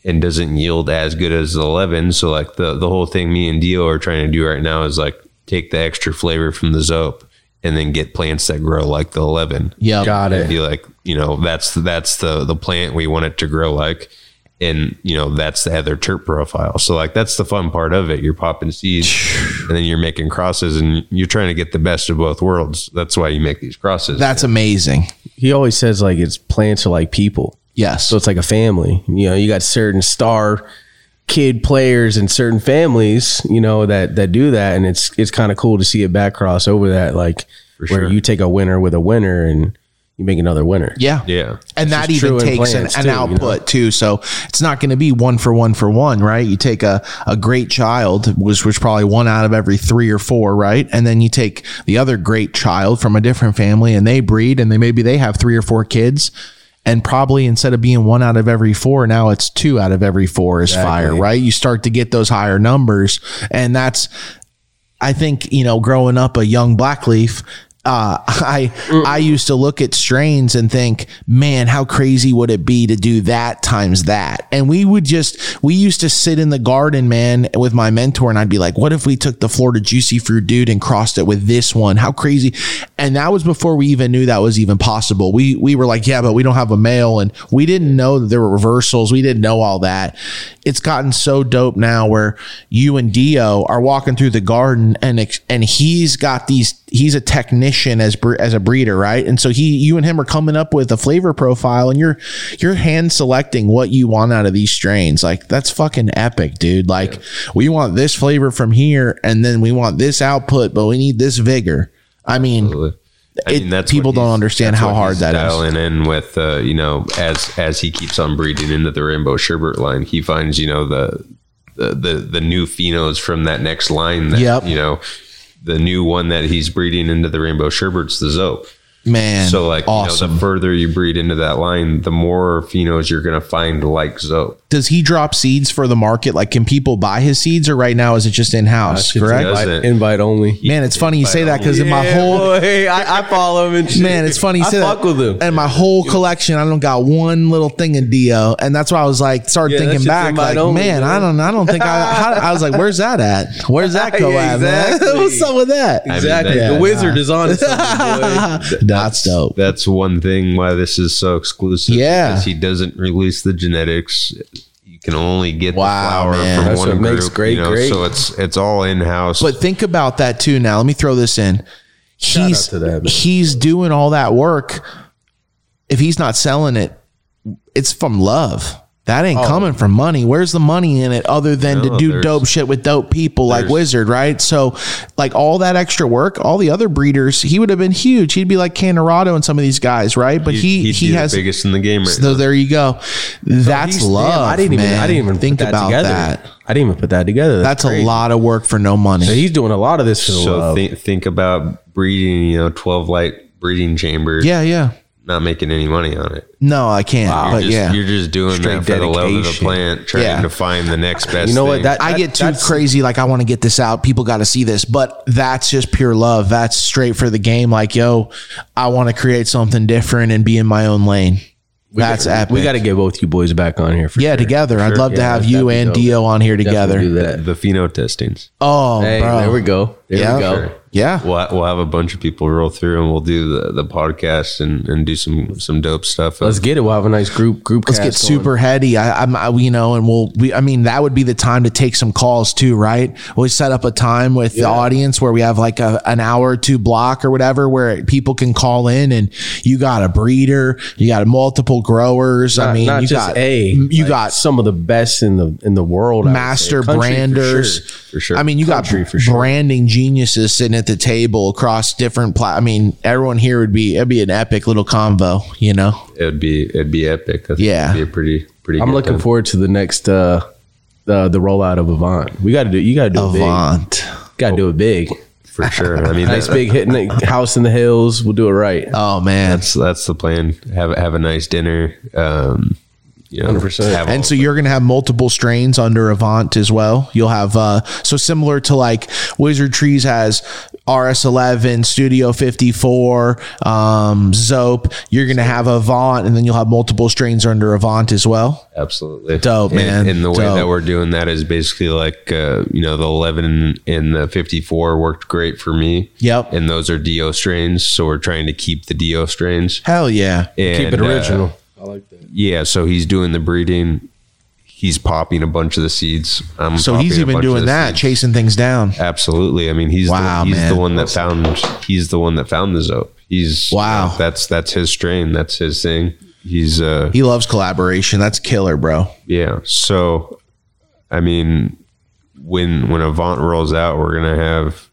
and doesn't yield as good as the eleven. So like the the whole thing me and Dio are trying to do right now is like take the extra flavor from the zope and then get plants that grow like the 11 Yeah. Got and it. be like, you know, that's that's the the plant we want it to grow like, and you know that's the other terp profile. So like that's the fun part of it. You're popping seeds, and then you're making crosses, and you're trying to get the best of both worlds. That's why you make these crosses. That's amazing. He always says like it's plants are like people. Yes. So it's like a family. You know, you got certain star kid players and certain families, you know, that that do that and it's it's kind of cool to see it back cross over that like where sure. you take a winner with a winner and you make another winner. yeah. yeah. And that is even true in takes an, plants an too, you know? output too. So it's not going to be one for one for one, right? You take a, a great child, which was probably one out of every three or four, right? And then you take the other great child from a different family and they breed and they maybe they have three or four kids. And probably instead of being one out of every four, now it's two out of every four is fire, right? You start to get those higher numbers. And that's, I think you know, growing up a young blackleaf, uh, I I used to look at strains and think, man, how crazy would it be to do that times that? And we would just we used to sit in the garden, man, with my mentor, and I'd be like, what if we took the Florida Juicy Fruit dude and crossed it with this one? How crazy! And that was before we even knew that was even possible. We we were like, yeah, but we don't have a male, and we didn't know that there were reversals. We didn't know all that. It's gotten so dope now where you and Dio are walking through the garden and ex- and he's got these he's a technician as bre- as a breeder, right? And so he you and him are coming up with a flavor profile and you're you're hand selecting what you want out of these strains. Like that's fucking epic, dude. Like we want this flavor from here and then we want this output, but we need this vigor. I mean, I It- people what don't he's- understand that's how what hard he's that is. dialing in with uh, you know as as he keeps on breeding into the rainbow sherbert line, he finds you know the the the, the new phenos from that next line. That, Yep. You know the new one that he's breeding into the rainbow sherbert's the zope. man. So like you know, the further you breed into that line, the more phenos you're gonna find like zope. does he drop seeds for the market? Like, can people buy his seeds, or right now is it just in house? Correct. does. Invite, Doesn't- invite only. Man, it's funny you say that because in my Yeah, whole boy, I, I follow him and shit. man, it's funny you I say fuck that. with him. And my whole collection, I don't got one little thing in Dio, and that's why I was like, started Yeah, that thinking shit's back, in like, mine only, man, man. I don't, I don't think I, how, I was like, where's that at? Where's that go Yeah, at, man? exactly. What's up with that? mean, Exactly. that- the yeah, wizard is on to something, boy. That's dope. That's one thing why this is so exclusive. Yeah. because he doesn't release the genetics. You can only get Wow, the flower man. from That's one what group. makes great you know, grape. So it's it's all in house. But think about that too. Now, let me throw this in. He's to that, man. he's doing all that work. If he's not selling it, it's from love. That Oh. ain't coming from money. Where's the money in it other than to No, do there's- dope shit with dope people like Wizard, right? So, like all that extra work, all the other breeders, he would have been huge. He'd be like Canorado and some of these guys, right? But he he'd he be has. the biggest in the game right So there you go. That's He's- damn, love. I didn't man. even. I didn't even think put that about together. that. I didn't even put that together. That's crazy. a lot of work for no money. So he's doing a lot of this for the So love. think think about breeding, you know, twelve light breeding chambers. yeah, yeah. not making any money on it. No, I can't. But Just- yeah, you're just doing Straight that for the love of the dedication. plant, trying Yeah. to find the next best. you know what? thing. That, I get too that's- crazy. Like I want to get this out. People got to see this, but that's just pure love. That's straight for the game. Like yo, I want to create something different and be in my own lane. that's epic. We got to get both you boys back on here. For yeah sure. together. I'd love to Yeah, have that'd you be and dope. Dio on here Definitely together. do that. the pheno testings. Oh, Hey, bro. there we go. There Yeah. we go. Sure. yeah. We'll, we'll have a bunch of people roll through, and we'll do the, the podcast and, and do some some dope stuff. Let's get it. We'll have a nice group group. Let's get super heady. I, I'm, I, you know, and we'll, we, I mean, that would be the time to take some calls too, right? We set up a time with the audience where we have like a, an hour or two block or whatever where people can call in and you got a breeder, you got multiple growers. I Not- mean, not you just got a. you like, got some of the best in the in the world. I would say. master Country for branders. sure. for sure. I mean, you Country got for sure. branding geniuses sitting at the table across different. Pla- I mean, everyone here would be it'd be an epic little convo, you know. it'd be it'd be epic. I think Yeah. it'd be a pretty pretty. I'm good looking time. forward to the next uh the the rollout of Avant. We got to do. You got to do it big. Avant. Got to do it big. for sure. I mean, Nice that's big hit in the house in the hills. We'll do it right. Oh man, that's that's the plan. Have have a nice dinner. Um, you know, 100%. have all- And so you're going to have multiple strains under Avant as well. You'll have uh, so similar to like Wizard Trees has RS11, Studio 54, um, Zope. You're going to have Avant, and then you'll have multiple strains under Avant as well. absolutely Dope, And- man. And, the way Dope. that we're doing that is basically like uh, you know the 11 and the 54 worked great for me. Yep. And those are Do strains, so we're trying to keep the Do strains. Hell yeah. Keep And, it uh, original. I like that. yeah, so he's doing the breeding. He's popping a bunch of the seeds. I'm So popping he's a even bunch of doing the that, seeds. chasing things down. Absolutely. I mean, he's Wow, the, he's man. the one that found he's the one that found the zope. He's Wow. that's that's his strain. That's his thing. He's uh He loves collaboration. That's killer, bro. yeah. So I mean, when when Avant rolls out, we're gonna have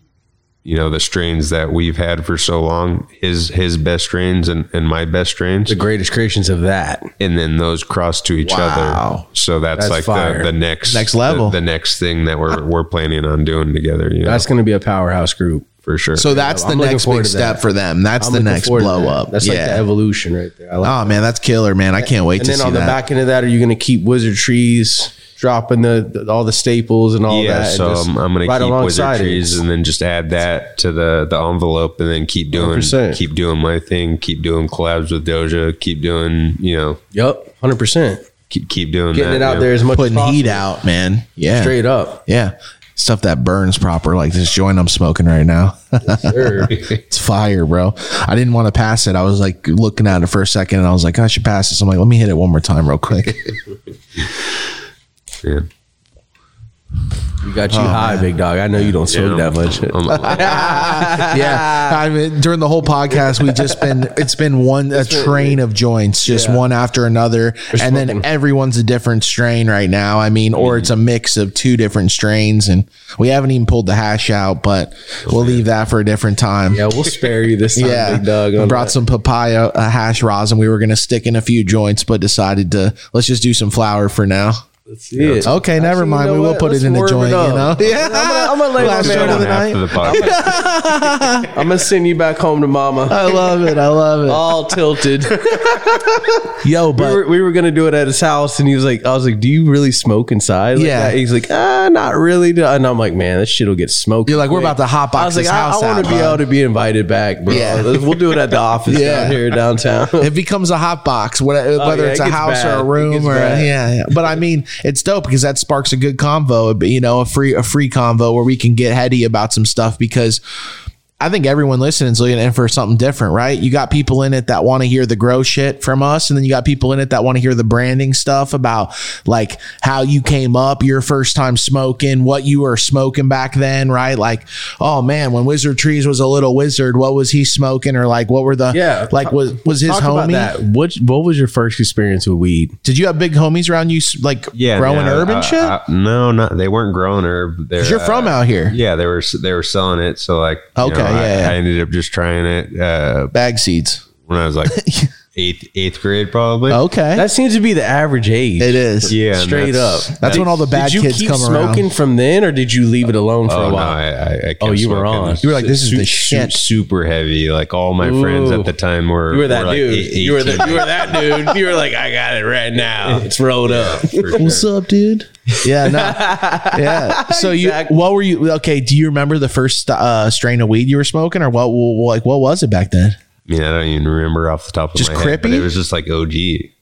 you know the strains that we've had for so long. His his best strains and and my best strains. The greatest creations of that. and then those cross to each Wow. other. So that's, That's like fire. the, the next Next level. the, the next thing that we're we're planning on doing together. You know, That's going to be a powerhouse group. for sure. So that's I'm the looking next forward big to step that. for them. That's I'm the looking next forward to blow that. up. That's like the yeah. evolution right there. I like oh man, that's killer, man. I can't wait and to then see on the that. back end of that, are you going to keep wizard trees, dropping the, the- all the staples and all yeah, that? and so just I'm, I'm gonna right keep alongside wizard it? trees and then just add that to the the envelope and then keep doing 100%. keep doing my thing, keep doing collabs with Doja, keep doing you know Yep, hundred percent. keep keep doing Getting that, it out you know. there as much putting as possible, heat out, man. Yeah, straight up. yeah, stuff that burns proper, like this joint I'm smoking right now. Sure. it's fire, bro. I didn't want to pass it. I was like looking at it for a second, and I was like, I should pass this. I'm like, let me hit it one more time, real quick. Yeah. we got Oh, you high, big dog. I know you don't smoke Yeah. that much. I'm- I'm- yeah, I mean, during the whole podcast, we just been it's been one a train of joints, just one after another, and then everyone's a different strain right now. I mean, or it's a mix of two different strains, and we haven't even pulled the hash out, but we'll leave that for a different time. yeah, we'll spare you this time, Yeah, big dog. we on brought that. some papaya uh, hash rosin. We were gonna stick in a few joints, but decided to let's just do some flour for now. Let's see it. Okay, never Actually, mind. you know we will what? put Let's it in a warm joint. it You know, up. yeah. I'm gonna, I'm gonna let Last my man joint of on the that. night. after the podcast. I'm gonna send you back home to mama, I love it. I love it. all tilted. Yo, we, but Uh, were, we were gonna do it at his house, and he was like, "I was like, do you really smoke inside?" Like Yeah. that? he's like, "Ah, not really." And I'm like, "Man, this shit will get smoked." You're like, we're about to hotbox I was like, this "I- house I, want out, to be bud." able to be invited back, bro. Yeah. We'll do it at the office Yeah. down here downtown. it becomes a hot box, what- whether Oh, yeah, it's it a gets house bad. or a It room gets or bad. yeah, yeah. But I mean, it's dope because that sparks a good convo. You know, a free a free convo where we can get heady about some stuff because. I think everyone listening is looking in for something different, right? You got people in it that want to hear the grow shit from us, and then you got people in it that want to hear the branding stuff about like how you came up, your first time smoking, what you were smoking back then, right? Like, oh man, when Wizard Trees was a little wizard, what was he smoking, or like what were the Yeah. like was was his Talk homie? about that. What What was your first experience with weed? Did you have big homies around you, s- like Yeah, growing no, herb uh, and I- shit? I- no, not they weren't growing herb. They're, 'Cause you're from uh, out here, Yeah, they were they were selling it. So like, you Okay, know, I, yeah, yeah. I ended up just trying it uh, bag seeds. when I was like eighth eighth grade probably. Okay, That seems to be the average age. it is. yeah, and straight that's- up. That's when all the bad Did you kids keep come smoking around. from then, or did you leave it alone for Oh a no, while? I, I, I kept Oh, you were smoking. on. You were like, this is the su- shit. super heavy. Like all my friends Ooh. at the time were you were that like dude. eight- you were the, 18. You were that dude. You were like, "I got it right now. It's rolled up." For sure. What's up, dude? Yeah, no, yeah. So Exactly. you, what were you? Okay, do you remember the first uh, strain of weed you were smoking, or what? Like, what was it back then? I mean, I don't even remember off the top of Just my head. But crippy? it was just like OG.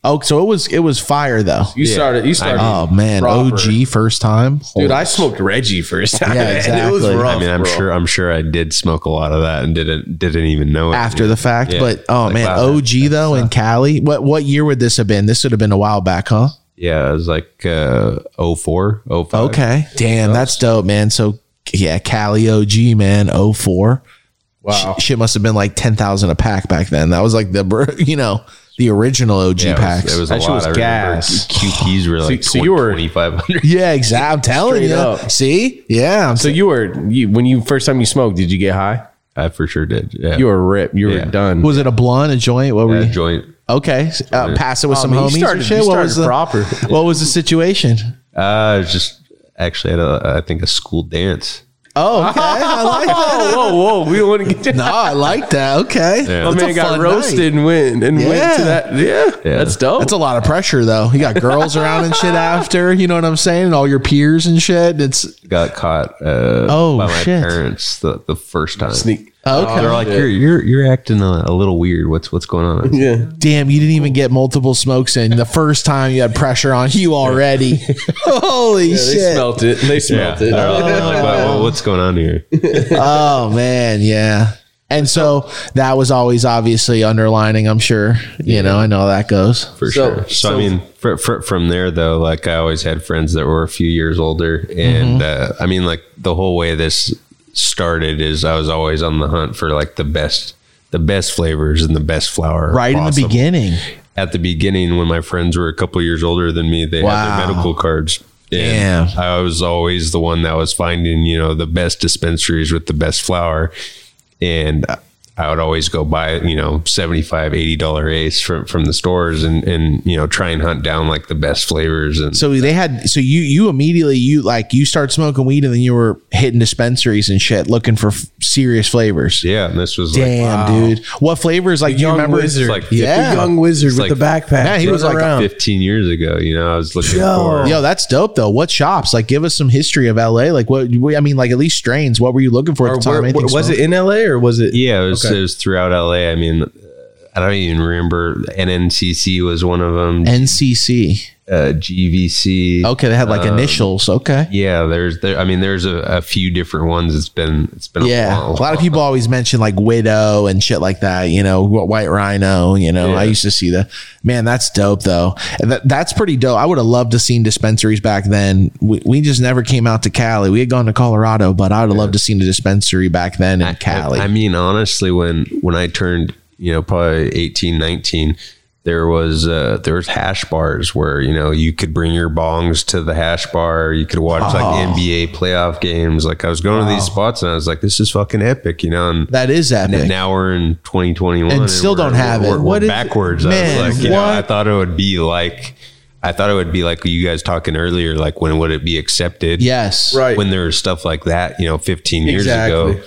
Oh, so it was it was fire though. You Yeah. started. You started. Oh man, Proper. OG first time, Dude, I smoked Reggie first time. Yeah, and it was exactly. rough. I mean, I'm bro. sure. I'm sure I did smoke a lot of that and didn't didn't even know it after the fact. Yeah. But oh Like, man, wow, that- OG though in Cali. What what year would this have been? This would have been a while back, huh? Yeah, it was like uh, 04, 05. Okay. Damn, that's dope, man. So yeah, Cali OG, man, 04. Wow. Sh- shit must have been like 10,000 a pack back then. That was like the, br- you know, the original OG Yeah, it was- packs. It was, That a shit lot. was I remember gas. QTs were like so you were- 2,500. yeah, exactly. I'm telling Straight you. up. See? Yeah. I'm So you were you, when you first time you smoked? Did you get high? I for sure did. Yeah. You were ripped. You Yeah. were done. was it a blunt, a joint? What were Yeah, you? joint. Okay. Uh, pass it with some Oh, man, you homies. and started- shit? you what, was the, started proper. what was the situation? Uh, it was just actually at a, I think a school dance. Oh, okay. I like that. whoa, whoa, we don't want to get. No, I like that. Okay. Yeah. My That's a man got fun roasted Oh. night. and went and went to Yeah. that. Yeah, Yeah. that's dope. That's a lot of pressure, though. You got girls around and shit after. You know what I'm saying? And all your peers and shit. It's Got caught uh, Oh, by my shit. parents the, the first time. sneak. okay. They're like, you're you're you're acting a, a little weird. What's what's going on? I said, Yeah, Damn, you didn't even get multiple smokes in the first time you had pressure on you already. Holy they shit. smelt it. They smelt They're it. all- they're like, "Wow, wow, what's going on here? Oh, man. Yeah. And so that was always obviously underlining, I'm sure. You know, I know how that goes. for So- sure. So, so- I mean, fr fr from there though, like I always had friends that were a few years older, Mm-hmm. and uh, I mean, like the whole way this started is I was always on the hunt for like the best, the best flavors and the best flour. Right in the possible. beginning. At the beginning, when my friends were a couple years older than me, they had Wow. their medical cards. Damn. And I was always the one that was finding, you know, the best dispensaries with the best flour. And I would always go buy, you know, 75, 80 dollar ace from, from the stores and, and, you know, try and hunt down like the best flavors. And So they had so you you immediately you like you start smoking weed and then you were hitting dispensaries and shit looking for f- serious flavors. yeah, and this was Damn, like dude. What flavors like you young remember? wizard. Like, yeah. The young wizard It's with like- the backpack. Yeah, he was running like a around. 15 years ago, you know, I was looking Yo. for, Yo, that's dope though. What shops? Like, give us some history of LA. Like, what? I mean, like at least strains. What were you looking for at Or the time? where- Anything was it smoked? in LA or was it? Yeah, it was, Okay. it was throughout LA. I mean, I don't even remember. NNCC was one of them. NCC? Uh, GVC. Okay, they had like Um, initials. Okay, Yeah, there's there. I mean, there's a, a few different ones. It's been it's been yeah. a, long, A lot of people always mention like Widow and shit like that. You know, wh- White Rhino. You know, Yeah. I used to see the man. That's dope though. And that, that's pretty dope. I would have loved to seen dispensaries back then. We, we just never came out to Cali. We had gone to Colorado, but I would have loved to seen a dispensary back then in Cali. I, I mean, honestly, when when I turned, you know, probably 18, 19, there was uh, there was hash bars where you know you could bring your bongs to the hash bar. You could watch Oh. like NBA playoff games. Like I was going to these spots and I was like, this is fucking epic, you know. And that is epic. now we're in 2021 And still we're- don't have we're- it. we're What is- backwards. I Man, was like, you know, I what? thought it would be like, I thought it would be like you guys talking earlier, like when would it be accepted? yes. Right. When there was stuff like that, you know, 15 years Exactly. ago,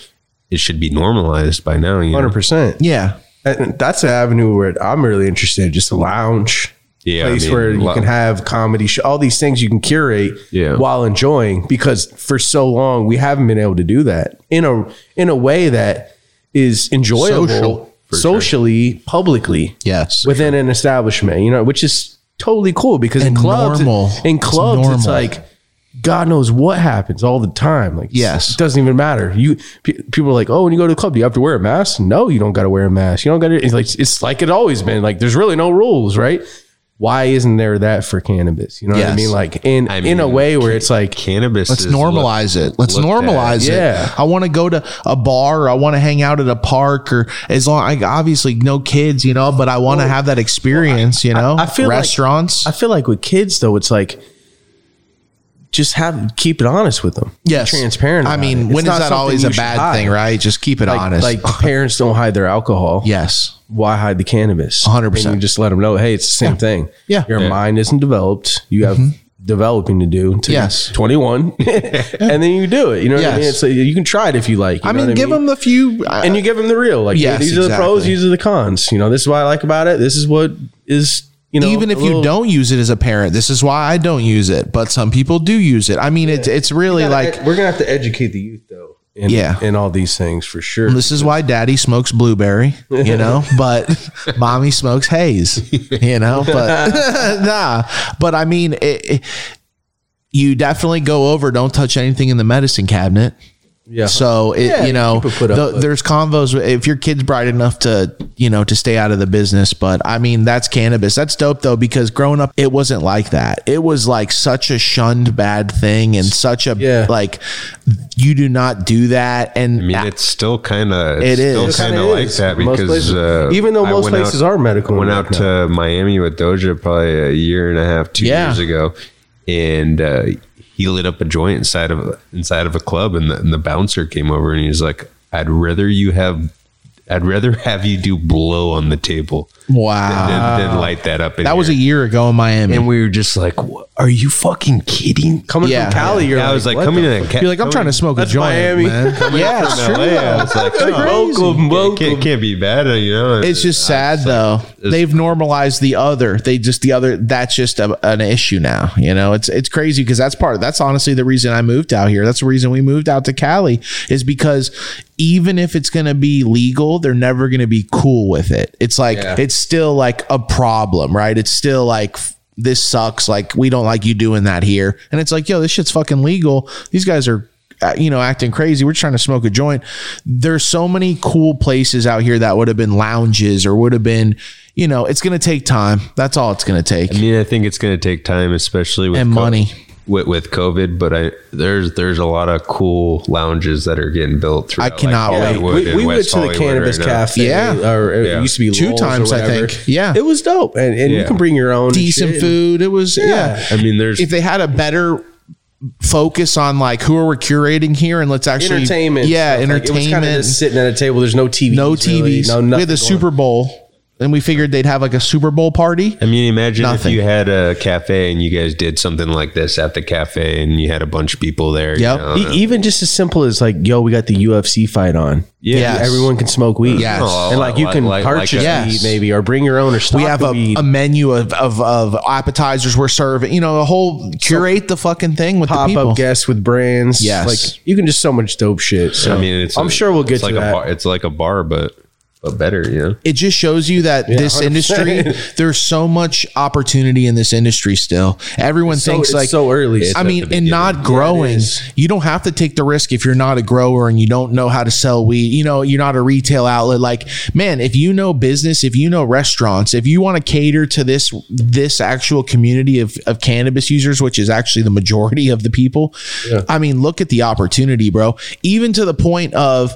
it should be normalized by now. You know? 100%. Yeah. That- That's an avenue where I'm really interested in just a lounge Yeah, I place mean, where you lo- can have comedy, sh- all these things you can curate Yeah. while enjoying. Because for so long we haven't been able to do that in a in a way that is enjoyable Social, for sure. socially, publicly Yes. within an establishment. You know, which is totally cool because in And clubs, normal. in It's clubs, it's, normal. like. God knows what happens all the time. Like, Yes. it doesn't even matter. You pe- people are like, oh, when you go to the club, do you have to wear a mask? No, you don't got to wear a mask. You don't got to. It's like it's like it always been. Like, there's really no rules, right? Why isn't there that for cannabis? You know what I Yes. mean? Like in I in a mean, way where it's like cannabis. Let's is lo- normalize it. Let's looked at. normalize it. Yeah. I want to go to a bar. Or I want to hang out at a park or as long I obviously no kids, you know, but I want to have that experience, you know. I- I feel like- restaurants. I feel like with kids though, it's like just have keep it honest with them. Be yes. transparent. I about mean, it. It's when is not that something always you a should bad hide. thing, right? Just keep it Like, honest. like parents don't hide their alcohol. yes. why hide the cannabis? 100%. And you just let them know, hey, it's the same thing. Yeah. Mm-hmm. Your Yeah. mind isn't developed. You have developing to do until Yes. yes. 21. and then you do it. You know what I mean? Yes. It's like, you can try it if you like. you I know mean, what give them the few And you give them the real. Like, Yes, these are the pros, exactly. these are the cons. You know, this is what I like about it. This is what is, you know. even a if you little- don't use it as a parent, this is why I don't use it. But some people do use it. I mean, it's it's really like We're going to have to educate the youth, though. In, Yeah. In all these things for sure. This is why daddy smokes blueberry, you know, but mommy smokes haze, you know, but nah, but I mean, it, it- you definitely go over, don't touch anything in the medicine cabinet. Yeah. So it, Yeah, you know, people put up the- with- there's convos if your kid's bright enough to, you know, to stay out of the business. But I mean, that's cannabis. That's dope though, because growing up, it wasn't like that. It was like such a shunned bad thing and such a Yeah. like, you do not do that. And I mean, it's still kind of It it's still is. It kind kinda of like is. that Most because places- uh, even though I most went out- places are medical, went right out now. to Miami with Doja probably a year and a half, two Yeah. years ago, and uh, he lit up a joint inside of inside of a club, and the, and the bouncer came over and he's like, "I'd rather you have I'd rather have you do blow on the table Wow. than, than light that up. In That was a here. year ago in Miami. and we were just like, "What? "Are you fucking kidding?" Coming Yeah. from Cali, you're I was like, what coming the in, fuck? a ca- You're like, I'm coming trying to smoke That's a joint, Miami. man. yeah, it's from true. LA, I was like, That's "Oh, crazy. Welcome, It can't, welcome. can't be bad, you know. It's just sad though. it's- They've normalized the other. They just the other. That's just a, an issue now. You know, it's it's crazy because that's part. That's honestly the reason I moved out here. That's the reason we moved out to Cali is because even if it's gonna be legal, they're never gonna be cool with it. It's like it's still like a problem, right? It's still like. f- This sucks. Like we don't like you doing that here, and it's like, yo, this shit's fucking legal. These guys are uh, you know, acting crazy. We're trying to smoke a joint. There's so many cool places out here that would have been lounges or would have been, you know, it's going to take time. That's all it's going to take. I mean, I think it's going to take time, especially with And co- money. with, with COVID. But I there's there's a lot of cool lounges that are getting built. throughout, cannot wait. Hollywood we, and we went West to the Hollywood cannabis right now. cafe. Yeah. or it Yeah. used to be Two Lowell's or times, I whatever. think. Yeah. it was dope, and, and you Yeah. can bring your own and Decent shit. food. It was, yeah. I mean, there's If they had a better focus on like who are we curating here and let's actually entertainment. Yeah. stuff. Like, entertainment. it was kind of just sitting at a table. There's no TV. no TVs. Really, no nothing. we had going the Super Bowl and we figured they'd have like a Super Bowl party. I mean, imagine Nothing. if you had a cafe and you guys did something like this at the cafe and you had a bunch of people there. you Yep. know? on. E- even just as simple as like, yo, we got the UFC fight on. Yeah. Yeah. Yes. Everyone can smoke weed. Yes. Oh, and like you like- can like- like purchase a- Yes. weed maybe or bring your own or stock we have the a, weed. a menu of, of of appetizers we're serving. You know, a whole curate the fucking thing with the pop people. up guests with brands. Yes. Like you can just so much dope shit. So I mean, it's I'm a- sure we'll it's get to like that. A bar, it's like a bar, but but better. You know, it just shows you that this 100%. industry, there's so much opportunity in this industry still. Everyone so, thinks it's like so early. I at mean, the and beginning. not growing, you don't have to take the risk if you're not a grower and you don't know how to sell weed. You know, you're not a retail outlet. Like, man, if you know business, if you know restaurants, if you want to cater to this this actual community of, of cannabis users, which is actually the majority of the people, I mean, look at the opportunity, bro. Even to the point of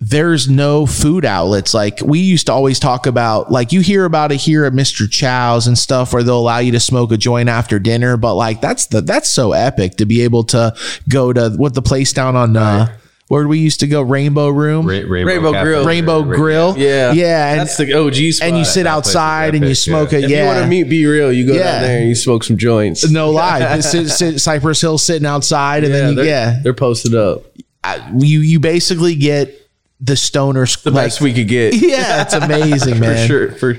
there's no food outlets. Like we used to always talk about, like you hear about it here at Mr. Chow's and stuff where they'll allow you to smoke a joint after dinner. But like, that's the, that's so epic to be able to go to what the place down on, uh, where we used to go rainbow room, Ra- Rainbow, Rainbow Cafe. Grill. rainbow grill. yeah. Yeah. And, That's the OG spot. and you sit place is outside and you epic, smoke yeah. a, If you want yeah. to meet Be Real, you go Yeah. down there and you smoke some joints. no lie. This is- sit- Cypress Hill sitting outside and then, you, they're, yeah, They're posted up. I- you, you basically get the stoner's The like, best we could get. yeah, it's amazing, For man. sure. For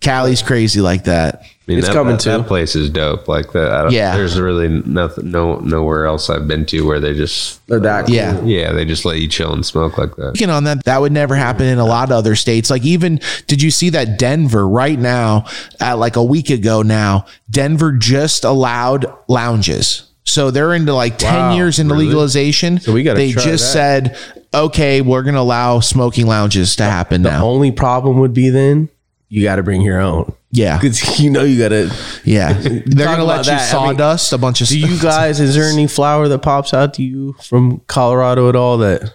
Cali's crazy like that. I mean, It's that, coming that, too. That place is dope. Like that. I don't, Yeah. There's really nothing. No, nowhere else I've been to where they just they're that. cool. Yeah. yeah they just let you chill and smoke like that. Speaking on that, that would never happen in a lot of other states. Like even did you see that Denver right now at like a week ago now, Denver just allowed lounges. So they're into like 10 years into legalization. So we gotta they try just said, okay, we're going to allow smoking lounges to happen now. Only problem would be then you got to bring your own yeah. because you know you got to. Yeah. They're going to about let you that, I mean, sawdust a bunch of Do you guys? Is there any flower that pops out to you from Colorado at all that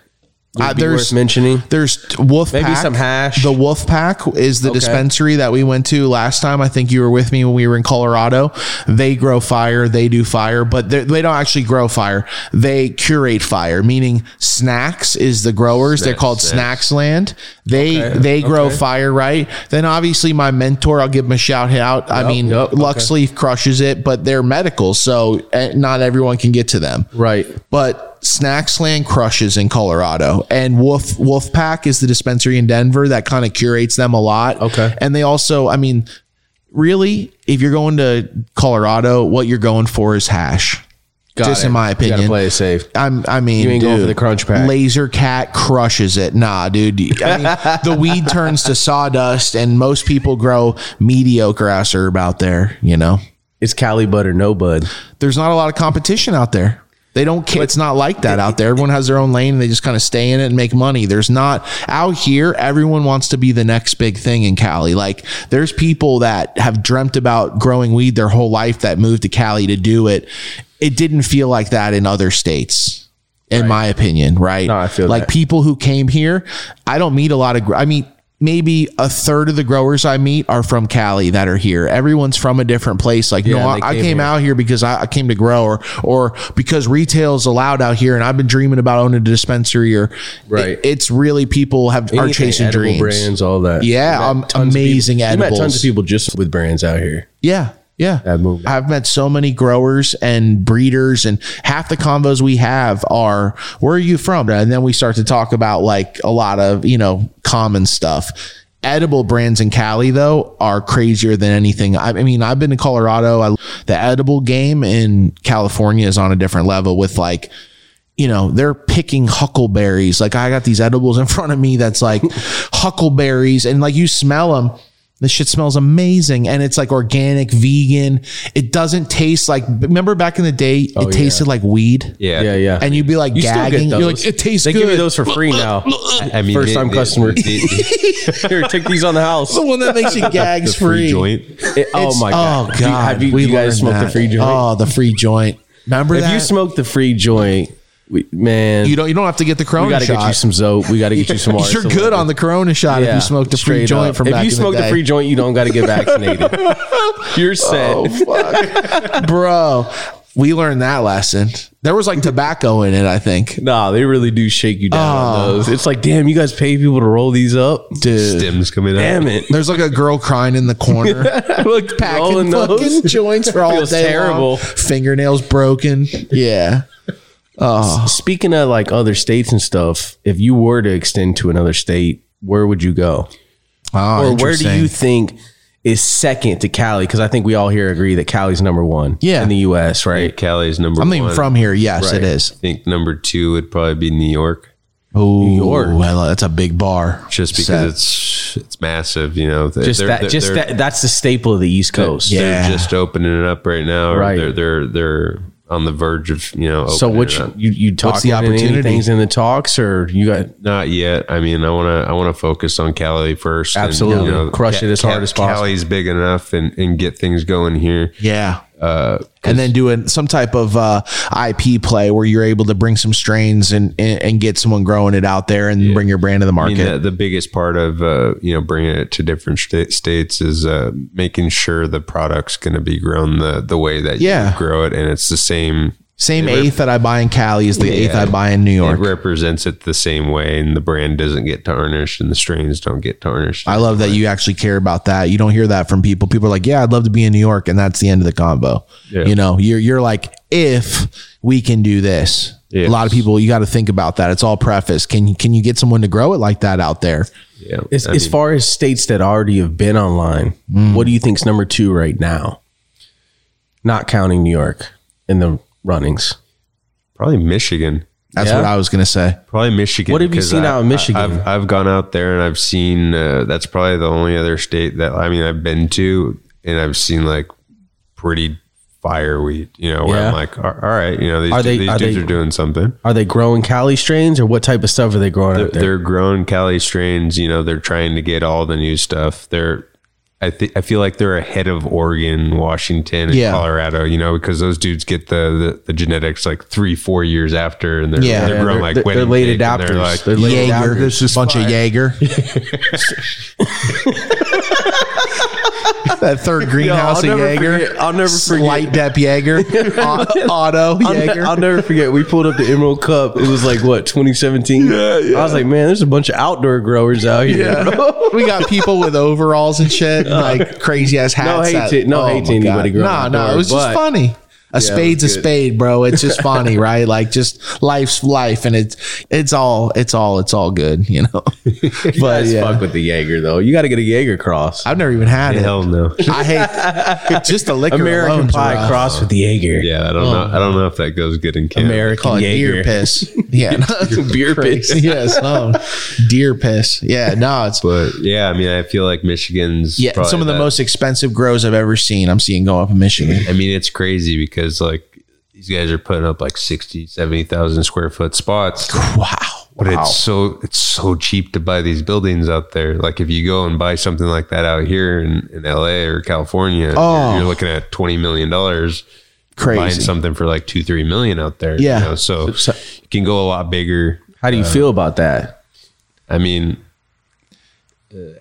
would Uh, be there's- worth mentioning? There's Wolf Maybe Pack. some hash. The Wolf Pack is the dispensary that we went to last time. I think you were with me when we were in Colorado. They grow fire, they do fire, but they they don't actually grow fire. They curate fire, meaning snacks is the growers. They're called Snacks Land. They they grow fire, right? Then obviously my mentor, I'll give him a shout out. I mean, yep, Luxleaf crushes it, but they're medical, so eh, not everyone can get to them right. but Snacksland crushes in Colorado, and Wolf Wolf Pack is the dispensary in Denver that kind of curates them a lot. Okay. and they also, I mean, really, if you're going to Colorado, what you're going for is hash. Got Just in my You got opinion. to play it safe. I'm, I mean, You ain't going for the crunch pack. Laser Cat crushes it. Nah, dude. I mean, the weed turns to sawdust, and most people grow mediocre ass herb out there. You know, It's Cali bud or no bud. there's not a lot of competition out there. They don't care. It's not like that out there. Everyone has their own lane and they just kind of stay in it and make money. There's not out here. Everyone wants to be the next big thing in Cali. Like there's people that have dreamt about growing weed their whole life that moved to Cali to do it. It didn't feel like that in other states. In my opinion, right? No, I feel like that. people who came here. I don't meet a lot of. gr- I mean, maybe a third of the growers I meet are from Cali that are here. Everyone's from a different place. Like, no, and they I, I came came here. out here because I, I came to grow or, or because retail's allowed out here and I've been dreaming about owning a dispensary or Right. it- it's really people have are Anything chasing edible dreams. brands, all that. Yeah, We met um, tons of amazing people. We met tons edibles. of people just with brands out here. Yeah. Yeah. That moved. I've met so many growers and breeders, and half the combos we have are, where are you from? And then we start to talk about like a lot of, you know, common stuff. Edible brands in Cali, though, are crazier than anything. I, I mean, I've been to Colorado. I, the edible game in California is on a different level with like, you know, they're picking huckleberries. Like I got these edibles in front of me that's like huckleberries and like you smell them. This shit smells amazing and it's like organic, vegan. It doesn't taste like remember back in the day it tasted like weed. Yeah. Oh, Yeah, yeah. And you'd be like You still get gagging. You're like those. it tastes They good. give you those for free now. I mean, First time customer. the- the- Here, take these on the house. the one that makes you gags the free free. joint. It- oh my god! Oh Do you- god. have you, we you guys learned smoked the that. free joint? Oh, the free joint. Remember if that? you You, smoke the free joint, we, man, don't you don't have to get the corona we got to shot. get you some zope. We got to get you some. You're good on the corona shot if you smoked the free joint from if back you in smoke the, the day. free joint, you don't got to get vaccinated. You're set. Oh, bro. We learned that lesson. There was like tobacco in it, I think. Nah, they really do shake you down on those. It's like, damn, you guys pay people to roll these up. Oh. Dude, Stim's coming out. Damn it. there's like a girl crying in the corner, Look, packing fucking joints for all Feels day terrible. long. Fingernails broken. Yeah, Speaking of like other states and stuff, if you were to extend to another state, where would you go? oh, Or where do interesting. you think is second to Cali? Because I think we all here agree that Cali's number one Yeah. in the US, right? Cali is number I'm not one. even from here. Yes, it I is. think number two would probably be New York, Oh, York. well, that's a big bar. just Set. because it's it's massive. You know, They're- Just they're- that, they're- just they're- that, that's the staple of the East Coast. Yeah. They're just opening it up right now. Or Right. They're they're they're on the verge of you know. So opening what it you up. you, you talk the about any opportunity? things in the talks or you got Not yet. I mean, I want to I want to focus on Cali first. and, Absolutely. you know, Crush it as hard as possible. Cali's big enough and and get things going here. Yeah. and then doing some type of uh, IP play where you're able to bring some strains and, and, and get someone growing it out there and bring your brand to the I market. mean, the, the biggest part of uh, you know bringing it to different sta- states is uh, making sure the product's going to be grown the the way that Yeah. you grow it, and it's the same. Same eighth that I buy in Cali is the eighth I buy in New It York. represents it the same way, and the brand doesn't get tarnished, and the strains don't get tarnished. I love that you actually care about that. You don't hear that from people. People are like, "Yeah, I'd love to be in New York," and that's the end of the combo. Yeah. You know, you're you're like, if we can do this. A lot of people, you got to think about that. It's all preface. Can you can you get someone to grow it like that out there? yeah, As, as far as states that already have been online, what do you think's number two right now? Not counting New York in the runnings. probably Michigan. That's Yeah. what I was gonna say. Probably Michigan. What have you 'cause seen out in Michigan? I've, I've gone out there and I've seen. Uh, that's probably the only other state that I mean I've been to, and I've seen like pretty fireweed. You know, where Yeah. I'm like, all all right, you know, these, Are they- these are dudes they- are doing something. Are they growing Cali strains or what type of stuff are they growing out They're, there? they're grown Cali strains. You know, they're trying to get all the new stuff. They're, I think, I feel like they're ahead of Oregon, Washington, and Yeah. Colorado. You know, because those dudes get the, the the genetics like three, four years after, and they're Yeah. they're Yeah, grown They're- like they're, wedding late cake, and adapters. They're, they're like, late Jaeger, adapters. this is bunch of Jaeger. that third greenhouse I'll of never Jaeger. forget- I'll never forget. Light Dep Jaeger. Auto I'll, ne- Jaeger. I'll never forget. We pulled up the Emerald Cup. It was like what 2017. I was like, man, there's a bunch of outdoor growers out here. we got people with overalls and shit, and like crazy ass hats. hate that- Oh to- Uh, no hate my to anybody growing No, up no, there, it was just but- funny. A spade's a spade, bro. It's just funny, right? Like just life's life, and it's it's all it's all it's all good, you know. but Guys, yeah, fuck with the Jaeger though. You got to get a Jaeger cross. I've never even had it. hell no. I hate just the liquor American alone's Pie rough. cross with the Jaeger. Yeah, I don't know. I don't know if that goes good in Canada. American Call it deer Jaeger. piss. Yeah, no, Beer piss. piss. Yes, oh, deer piss. Yeah, no, it's But yeah, I mean, I feel like Michigan's yeah. probably Some of the that- most expensive grows I've ever seen. I'm seeing go up in Michigan. I mean, it's crazy because like these guys are putting up like 60, 70,000 square foot spots. Wow. But it's so it's so cheap to buy these buildings out there. Like if you go and buy something like that out here in, in LA or California, Oh. you're looking at twenty million dollars buying Crazy. something for like two, three million out there. Yeah. You know? so, Uh, you can go a lot bigger. How do you feel about that? I mean,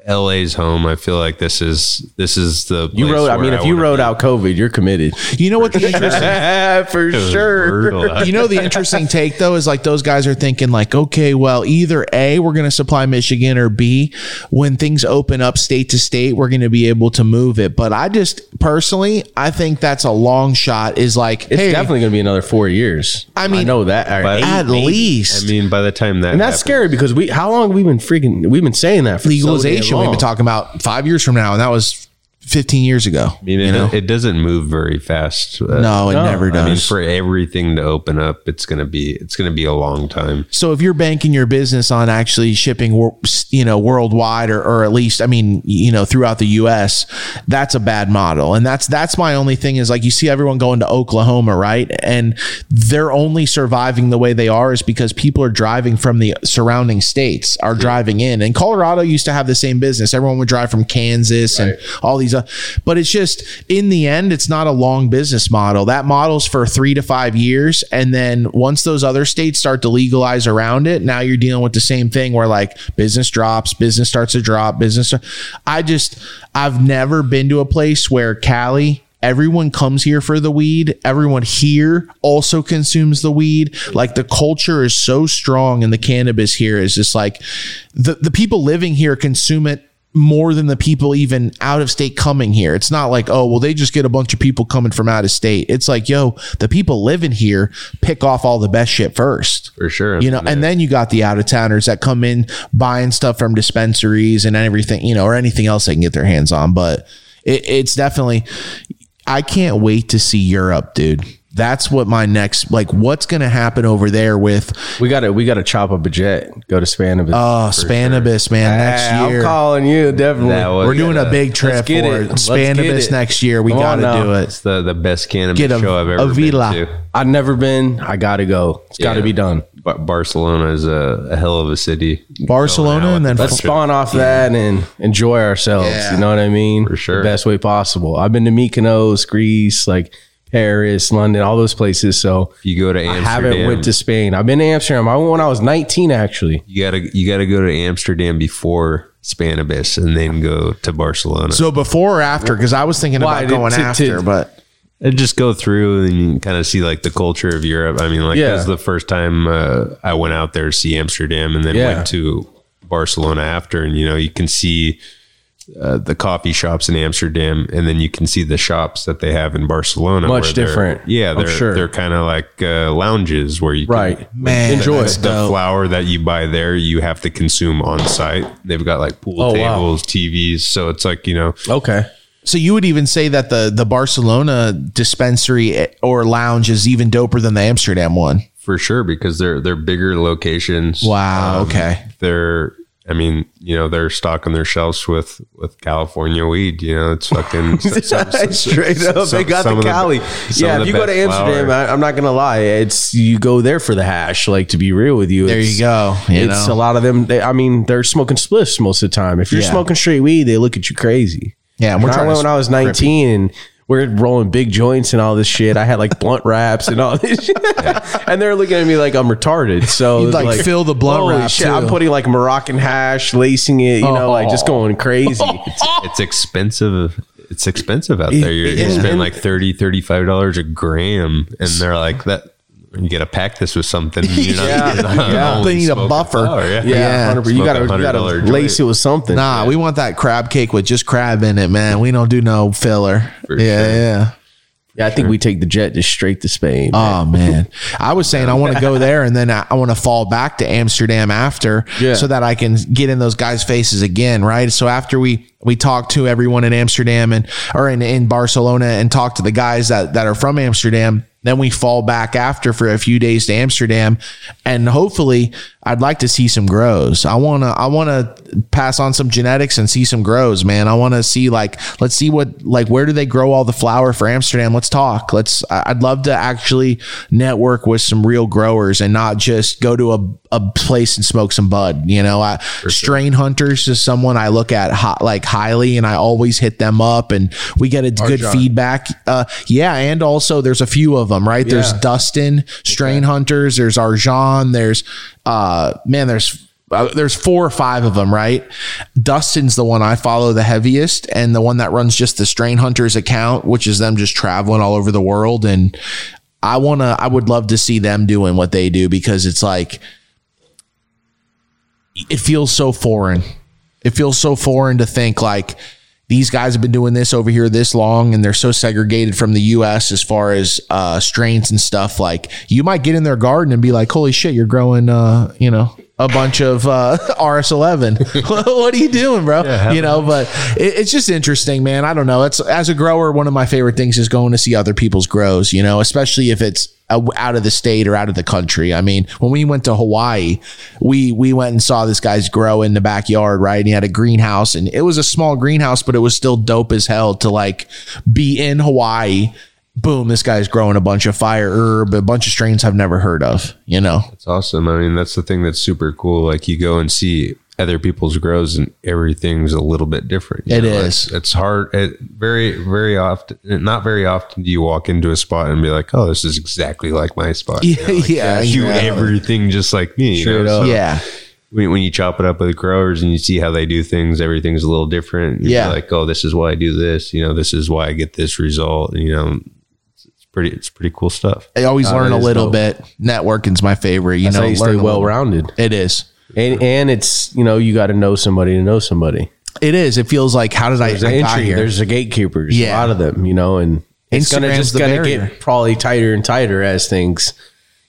LA's home. I feel like this is this is the You place rode. I where mean, if you wanna rode be. out COVID, you're committed You know what the interesting for It was sure. brutal out you know the interesting take though is like those guys are thinking like okay well either a we're going to supply michigan or b when things open up state to state we're going to be able to move it but i just personally i think that's a long shot is like It's hey definitely going to be another four years. I mean, I know that. All right. but- at maybe. least I mean, by the time that and that's happens- scary because we. How long have we been freaking? We've been saying that for so damn legalization we've long. been talking about five years from now and that was 15 years ago I mean, it, it doesn't move very fast. Uh, no it never does I mean, for everything to open up, it's gonna be it's gonna be a long time. So if you're banking your business on actually shipping, wor- you know, worldwide or, or at least, I mean, you know, throughout the U.S., that's a bad model. And that's that's my only thing is like you see everyone going to Oklahoma, right? And they're only surviving the way they are is because people are driving from the surrounding states are driving in. And Colorado used to have the same business. Everyone would drive from Kansas and all these. Uh, but it's just in the end, it's not a long business model. That model's for three to five years, and then once those other states start to legalize around it, now you're dealing with the same thing where like business drops, business starts to drop, business. I just I've never been to a place where Cali. Everyone comes here for the weed. Everyone here also consumes the weed. Like the culture is so strong and the cannabis here is just like the, the people living here consume it more than the people even out of state coming here. It's not like, oh, well, they just get a bunch of people coming from out of state. It's like, yo, the people living here pick off all the best shit first. For sure. You know, and then you got the out of towners that come in buying stuff from dispensaries and everything, you know, or anything else they can get their hands on. But it, it's definitely, I can't wait to see Europe, dude. That's what my next, like, what's going to happen over there with We got to. We got to chop up a jet. Go to Spanibus. uh, Spanibus, man, next Hey, year. I'm calling you definitely. That was- We're doing a Yeah. big trip Let's for get it. Let's get Spandibus it. next year. We Come got on to now. do it. it's the the best cannabis Get a- show I've a ever villa. been to. I've never been. I gotta go. It's gotta Yeah. be done. But Barcelona is a, a hell of a city. Barcelona and then Let's Fl- spawn off that and enjoy ourselves. You know what I mean? For sure. The best way possible. I've been to Mykonos, Greece, like Paris, London, all those places. So If you go to I Amsterdam, haven't went to Spain. I've been to Amsterdam. I went when I was 19 actually. you gotta you gotta go to Amsterdam before Spanibus and then go to Barcelona. so before or after? Because I was thinking Why, about going to- to- after, but And just go through and you kind of see like the culture of Europe. I mean, like Yeah. that was the first time uh, I went out there to see Amsterdam and then Yeah. went to Barcelona after. And you know, you can see uh, the coffee shops in Amsterdam and then you can see the shops that they have in Barcelona. Much where they're- different, Yeah, I'm they're, sure. they're kind of like uh, lounges where you can- Right. man, Enjoy that's it, the dope. flour that you buy there, you have to consume on site. They've got like pool Oh, wow. tables, TVs. So it's like, you know, Okay. So you would even say that the the Barcelona dispensary eh, or lounge is even doper than the Amsterdam one. for sure because they're they're bigger locations. Um, Wow. okay. They're I mean, you know, they're stocking their shelves with with California weed. You know, it's fucking Straight up, they got some the of the- Cali. some yeah, of if the you go to best Amsterdam, flower. I, I'm not gonna lie. It's you go there for the hash. Like to be real with you, There it's- you go. You it's know? a lot of them. They, I mean, they're smoking spliffs most of the time. If you're Yeah. smoking straight weed, they look at you crazy. Yeah, and we're When I trying to went when I was 19 and we're rolling big joints and all this shit. I had like blunt wraps and all this shit. And they're looking at me like I'm retarded. So it's like, fill the blunt holy wrap, shit, too. Oh. I'm putting like Moroccan hash, lacing it, you know, like just going crazy. It's expensive. It's expensive out there. You're, Yeah. You spend like 30 $35 dollars a gram, and they're like that. You got to pack this with something. You're not, Yeah. you're not Yeah. only They need a smoking buffer. flower, Oh, yeah. yeah, 100%. you Smoke gotta a you hundred gotta dollar lace joint. it with something. Nah, we want that crab cake with just crab in it, man. We don't do no filler. yeah, yeah. yeah, I think we take the jet just straight to Spain. Oh man, I was saying I want to go there and then I, I want to fall back to Amsterdam after, Yeah. so that I can get in those guys' faces again, right? So after we we talk to everyone in Amsterdam and or in, in Barcelona and talk to the guys that that are from Amsterdam, then we fall back after for a few days to Amsterdam, and hopefully I'd like to see some grows. I wanna I wanna pass on some genetics and see some grows, man. I wanna see like let's see what like where do they grow all the flower for Amsterdam? Let's talk. Let's I- I'd love to actually network with some real growers and not just go to a, a place and smoke some bud. You know, I, strain hunters is someone I look at hot, like highly and I always hit them up and we get a good feedback. Uh, yeah. And also there's a few of them, right? There's Dustin strain hunters. There's Arjan. There's, uh, man, there's uh, there's four or five of them, right? Dustin's the one I follow the heaviest, and the one that runs just the Strain Hunters account, which is them just traveling all over the world. And I wanna, I would love to see them doing what they do because it's like it feels so foreign. It feels so foreign to think like these guys have been doing this over here this long and they're so segregated from the US as far as uh, strains and stuff. Like you might get in their garden and be like, holy shit, you're growing, uh, you know, a bunch of uh, RS11. what are you doing, bro? you know, but it, it's just interesting, man. I don't know. It's as a grower, one of my favorite things is going to see other people's grows, you know, especially if it's uh, out of the state or out of the country. I mean, when we went to Hawaii, we we went and saw this guy's grow in the backyard, right? And he had a greenhouse, and it was a small greenhouse, but it was still dope as hell to like be in Hawaii. Boom, this guy's growing a bunch of fire herb, a bunch of strains I've never heard of, you know. It's awesome. I mean, that's the thing that's super cool. Like you go and see other people's grows, and everything's a little bit different. It It is. is. It's, hard. It very, very often. Not very often do you walk into a spot and be like, "Oh, this is exactly like my spot." You know, like, yeah, you exactly. everything just like me. you know? So Yeah. When, when you chop it up with the growers and you see how they do things, everything's a little different. You're Yeah. Like, oh, this is why I do this. You know, this is why I get this result. You know, it's, it's pretty. It's pretty cool stuff. I always Uh, learn a that is little dope. bit. Networking's my favorite, you That's know. how you learn stay a little- well rounded. It is. And and it's you know you got to know somebody to know somebody. It is. It feels like how did I, There's the I got entry. here? There's the gatekeepers. Yeah. A lot of them, you know, and it's gonna Instagram's just the gonna barrier. get probably tighter and tighter as things,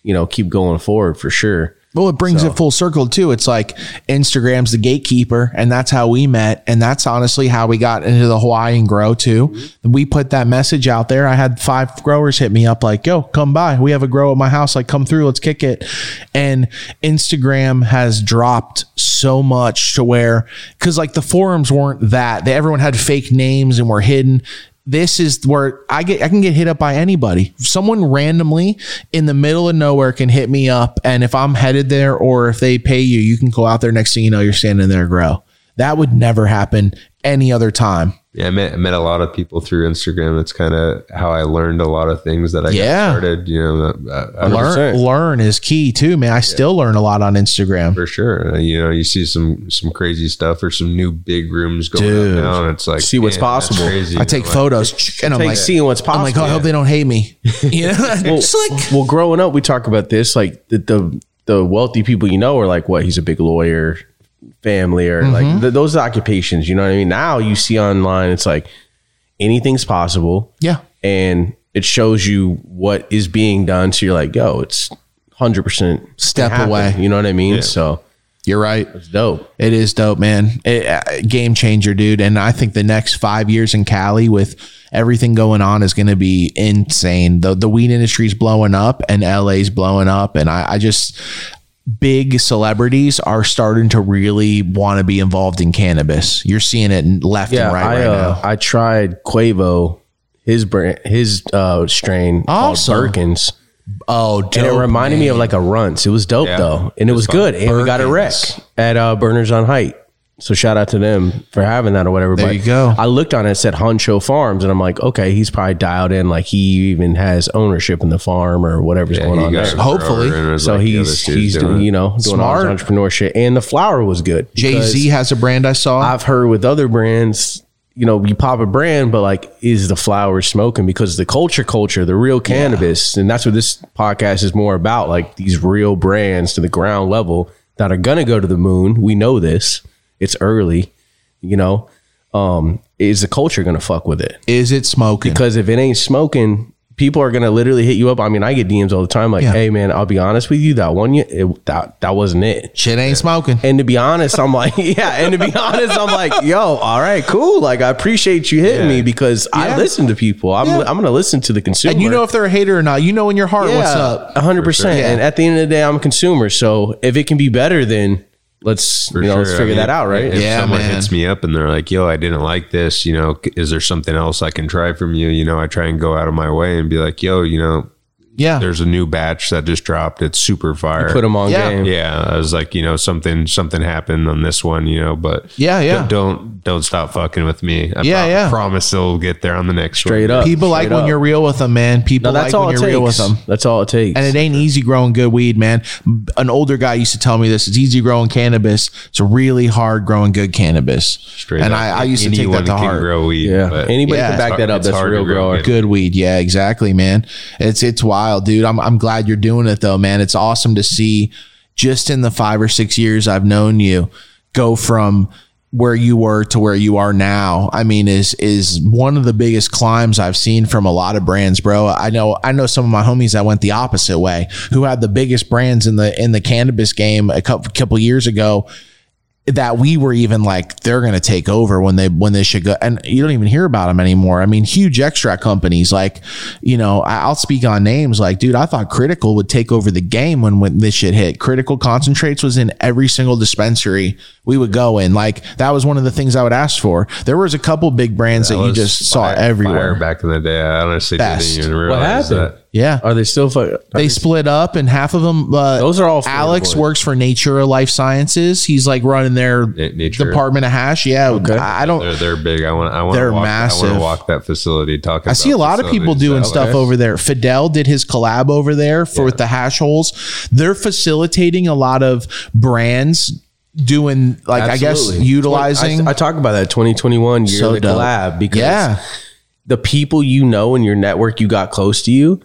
you know, keep going forward for sure. Well, it brings it full circle too. It's like Instagram's the gatekeeper, and that's how we met, and that's honestly how we got into the Hawaiian grow too. Mm-hmm. We put that message out there. I had five growers hit me up like, "Yo, come by. We have a grow at my house. Like, come through. Let's kick it." And Instagram has dropped so much to where because like the forums weren't that. They, everyone had fake names and were hidden this is where I get I can get hit up by anybody. Someone randomly in the middle of nowhere can hit me up, and if I'm headed there or if they pay you, you can go out there. Next thing you know, you're standing there, and grow. That would never happen any other time. Yeah, I met I met a lot of people through Instagram. That's kind of how I learned a lot of things that I Yeah. got started. You know, uh, I, I Learn 100%. learn is key too, man. I still learn a lot on Instagram. for sure. Uh, You know, you see some some crazy stuff or some new big rooms going Dude. up now, and it's like See what's "Man, that's possible." Crazy. I take Like, photos and I'm Take like, seeing what's possible. I'm like, oh, I hope they don't hate me. You know, well, Just like- well, growing up, we talk about this like the, the the wealthy people you know are like what he's a big lawyer, family, or Mm-hmm. like th- those occupations. You know what I mean? Now you see online, it's like anything's possible, yeah. and it shows you what is being done. So you're like, yo, it's hundred percent Step away. You know what I mean? So You're right. it's dope. It is dope, man. It, uh, game changer, dude. And I think the next five years in Cali with everything going on is going to be insane. The, the weed industry's blowing up and LA's blowing up. And I, I just, big celebrities are starting to really want to be involved in cannabis. You're seeing it left Yeah, and right I right uh, now. I tried Quavo, his brand, his uh, strain called Awesome. Birkins. Oh, dude. and it reminded me of like a runts. It was dope Yeah. though, and it was, good. And we got a wreck Perkins. at uh, Burners on Height. So shout out to them for having that or whatever. There you go. I looked on it, it said Huncho Farms, and I'm like, okay, he's probably dialed in. Like he even has ownership in the farm or whatever's yeah, going he on got there. a Hopefully. grower and it was So like, yeah, he's this dude's he's doing, it. you know doing all Smart. his entrepreneurship, and the flour was good. Jay Z because has a brand I saw. I've heard with other brands. You know, you pop a brand, but like, is the flower smoking? Because the culture, culture, the real cannabis, and that's what this podcast is more about. Like these real brands to the ground level that are gonna go to the moon. We know this. It's early. You know, um, is the culture gonna fuck with it? is it smoking? Because if it ain't smoking, people are gonna literally hit you up. I mean, I get DMs all the time. Like, Yeah. hey man, I'll be honest with you, that one, y- it, that that wasn't it. Shit ain't smoking. And to be honest, I'm like, yeah. And to be honest, I'm like, yo, all right, cool. Like, I appreciate you hitting me because I Yeah. listen to people. I'm, Yeah. I'm going to listen to the consumer. And you know if they're a hater or not. You know in your heart yeah, what's up. 100%. sure. And at the end of the day, I'm a consumer. So if it can be better, then let's, For you know, let's sure. I figure mean, that out, right? If Yeah, someone man. hits me up and they're like, "Yo, I didn't like this," you know, c- is there something else I can try from you? You know, I try and go out of my way and be like, "Yo, you know, Yeah. There's a new batch that just dropped. It's super fire. Put them on Yeah. game. yeah, I was like, you know, something something happened on this one, you know, but Yeah, yeah. don't don't, don't stop fucking with me. I Yeah, prom- yeah. Promise it'll get there on the next Straight one. up. People like straight when up. you're real with them, man. People No, that's like all when it you're takes. real with them. That's all it takes. And it ain't easy growing good weed, man. An older guy used to tell me this. It's easy growing cannabis. It's really hard growing good cannabis. Straight and up. I, I used to take Anyone that to can heart. grow weed. yeah. but- Anybody Yeah. can back that up. It's That's a hard to real grow grower. good. good weed. Yeah, exactly, man. It's it's wild, dude. I'm I'm glad you're doing it though, man. It's awesome to see just in the 5 or 6 years I've known you go from where you were to where you are now. I mean is is one of the biggest climbs I've seen from a lot of brands, bro. I know I know some of my homies that went the opposite way who had the biggest brands in the in the cannabis game a couple couple years ago that we were even like they're going to take over when they when they should go and you don't even hear about them anymore i mean huge extract companies like you know I, i'll speak on names like dude i thought critical would take over the game when when this shit hit critical concentrates was in every single dispensary we would go in like that was one of the things i would ask for there was a couple big brands that, you was just fire- saw everywhere fire back in the day. I honestly Best. didn't even What realize happened? that. yeah Are they still? Fu- they split up and half of them uh, Those are all for alex boys. works for natura life sciences he's like running their Na- Natura. department of hash yeah i I don't They're they're big. I want I want They're to walk, I massive. want to walk that facility. Talking. I see a lot of people doing stuff over there. Fidel did his collab over there for with the hash holes. They're facilitating a lot of brands doing like I guess Absolutely. utilizing I, I talk about that 2021 year So of the dope. collab because yeah the people you know in your network you got close to you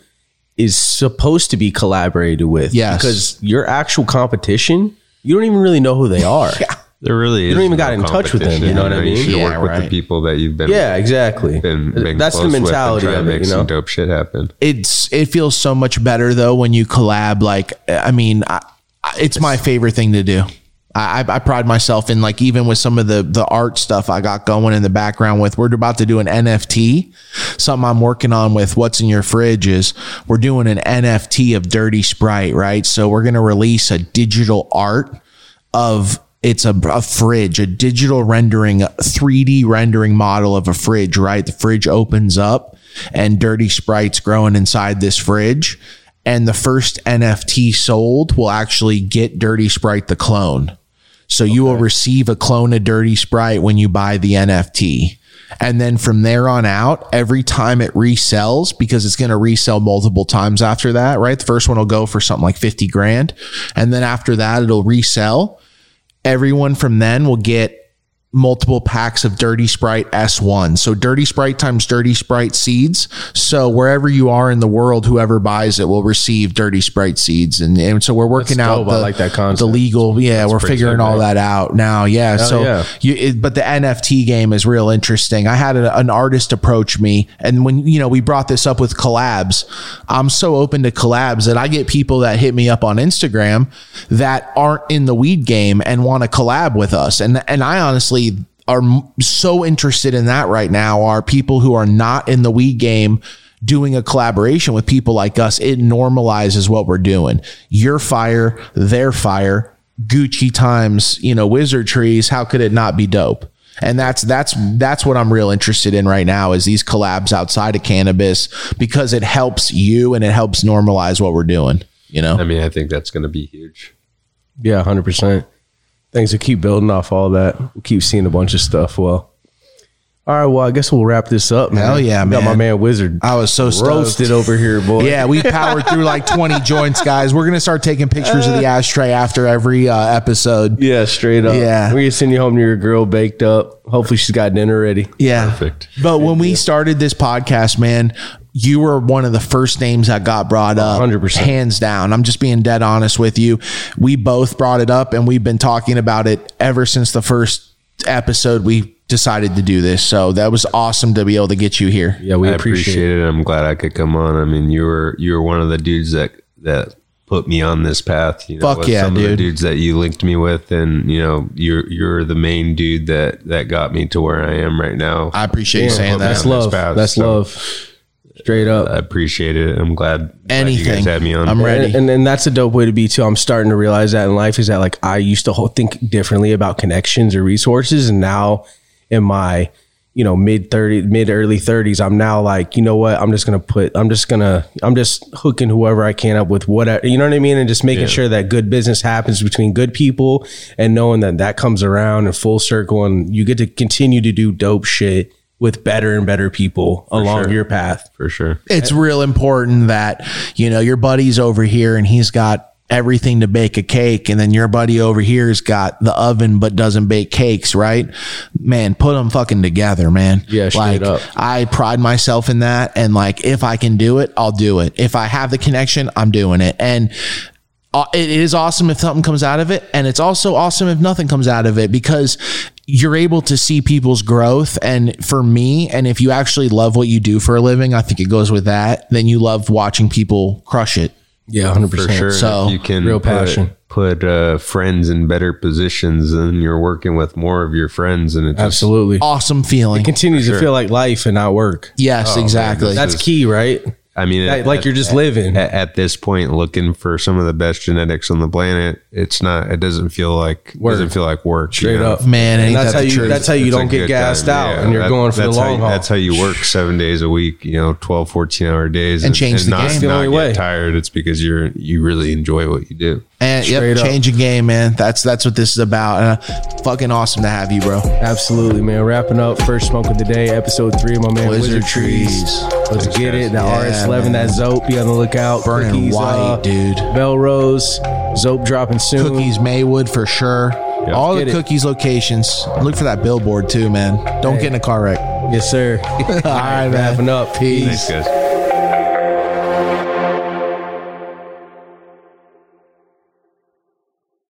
is supposed to be collaborated with. Yes. Because your actual competition, you don't even really know who they are. yeah. There really, don't even got in touch with them, you know what I mean? You should Yeah, work with right. the people that you've been. exactly. Been, been That's the close with and mentality try to of make it, you some know. dope shit happen. it's it feels so much better though when you collab. Like I mean, I, I- it's my favorite thing to do. I, I I pride myself in like even with some of the the art stuff I got going in the background with. We're about to do an NFT. Something I'm working on with what's in your fridge is we're doing an NFT of Dirty Sprite, right? So we're gonna release a digital art of it's a, a fridge, a digital rendering, 3D rendering model of a fridge, right? The fridge opens up and dirty sprites growing inside this fridge. And the first NFT sold will actually get Dirty Sprite the clone. So you will receive a clone of Dirty Sprite when you buy the NFT. And then from there on out, every time it resells, because it's going to resell multiple times after that, right? The first one will go for something like 50 grand. And then after that, it'll resell. Everyone from then will get multiple packs of Dirty Sprite S1. So Dirty Sprite times Dirty Sprite seeds. So wherever you are in the world, whoever buys it will receive Dirty Sprite seeds. And, and so we're working out dope. the, I like that concept. the legal. Yeah, we're figuring all that out now. Yeah. so, yeah. You, it, but the NFT game is real interesting. I had a, an artist approach me, and when you know we brought this up with collabs, I'm so open to collabs that I get people that hit me up on Instagram that aren't in the weed game and want to collab with us, and and I honestly are m- so interested in that right now are people who are not in the weed game doing a collaboration with people like us, it normalizes what we're doing. Your fire, their fire, Gucci times, you know, wizard trees. How could it not be dope? And that's that's that's what I'm real interested in right now is these collabs outside of cannabis because it helps you and it helps normalize what we're doing. You know, I mean, I think that's going to be huge. Yeah, hundred percent. Things will keep building off all that. We'll keep seeing a bunch of stuff. Well, all right. Well, I guess we'll wrap this up. Man. Hell yeah, We Got my man. man Wizard I was so stoked. roasted over here, boy. Yeah, we powered through like 20 joints, guys. We're gonna start taking pictures of the ashtray after every uh, episode. yeah, straight up. Yeah. we can send you home to your girl baked up. Hopefully, she's got dinner ready. Yeah. Perfect. But when we started this podcast, man, you were one of the first names that got brought up. 100%. Hands down. I'm just being dead honest with you. We both brought it up and we've been talking about it ever since the first episode we decided to do this. So that was awesome to be able to get you here. Yeah, we I appreciate, appreciate it. I'm glad I could come on. I mean, you were you were one of the dudes that that put me on this path. You know, Fuck with yeah, some of the dude. dudes that you linked me with, and you know, you're you're the main dude that that got me to where I am right now. I I, appreciate you it. saying that. That's love. path, That's so- love. Straight up. appreciate it. I'm glad glad you Anything. guys had me on. I'm ready. And, and and that's a dope way to be too. I'm starting to realize that in life is that like I used to ho- think differently about connections or resources, and now in my you know, mid 30, mid early 30s, I'm now like, you know what? I'm just going to put, I'm just going to, I'm just hooking whoever I can up with whatever, you know what I mean? And just making sure that good business happens between good people and knowing that that comes around in full circle and you get to continue to do dope shit with better and better people along your path. for sure. it's real important that you know your buddy's over here and he's got everything to bake a cake and then your buddy over here's got the oven but doesn't bake cakes right man put them fucking together man Yeah, straight like up. i pride myself in that and like if i can do it i'll do it if i have the connection i'm doing it and uh, it is awesome if something comes out of it and it's also awesome if nothing comes out of it because you're able to see people's growth and for me and if you actually love what you do for a living i think it goes with that then you love watching people crush it Yeah, 100%. For sure. So, If you can real put- passion. Put, uh, friends in better positions, and you're working with more of your friends, and it just Absolutely. awesome feeling Continues to feel like life and not work. yes exactly Oh, That's key, right? I mean, Like, like at- you're just living. at, at this point looking for some of the best genetics on the planet. It's not. It doesn't feel like Work. doesn't feel like work. you Straight know? up. man ain't and that's that how the you truth that's how you It's a don't get good gassed time, out yeah. and you're That- going for the that's how long you- haul. That's how you work seven days a week. You know, 12, 14 hour days, And change the not, game. The Not only get way. tired. It's because you're you really enjoy what you do. and yep Straight up. change a game man that's that's what this is about and uh, fucking awesome to have you bro Absolutely, man. Wrapping up first smoke of the day, episode three. My man, Wizard Wizard, Trees. Trees. Let's Thanks, get guys. it. That Yeah, RS11, that Zope. Be on the lookout. uh, Burning white, dude. Belrose, Zope dropping soon. cookies maywood for sure all the Get it. cookies locations look for that billboard too man don't get in a car wreck Yes, sir. All right, man. wrapping up. Peace. Thanks, guys.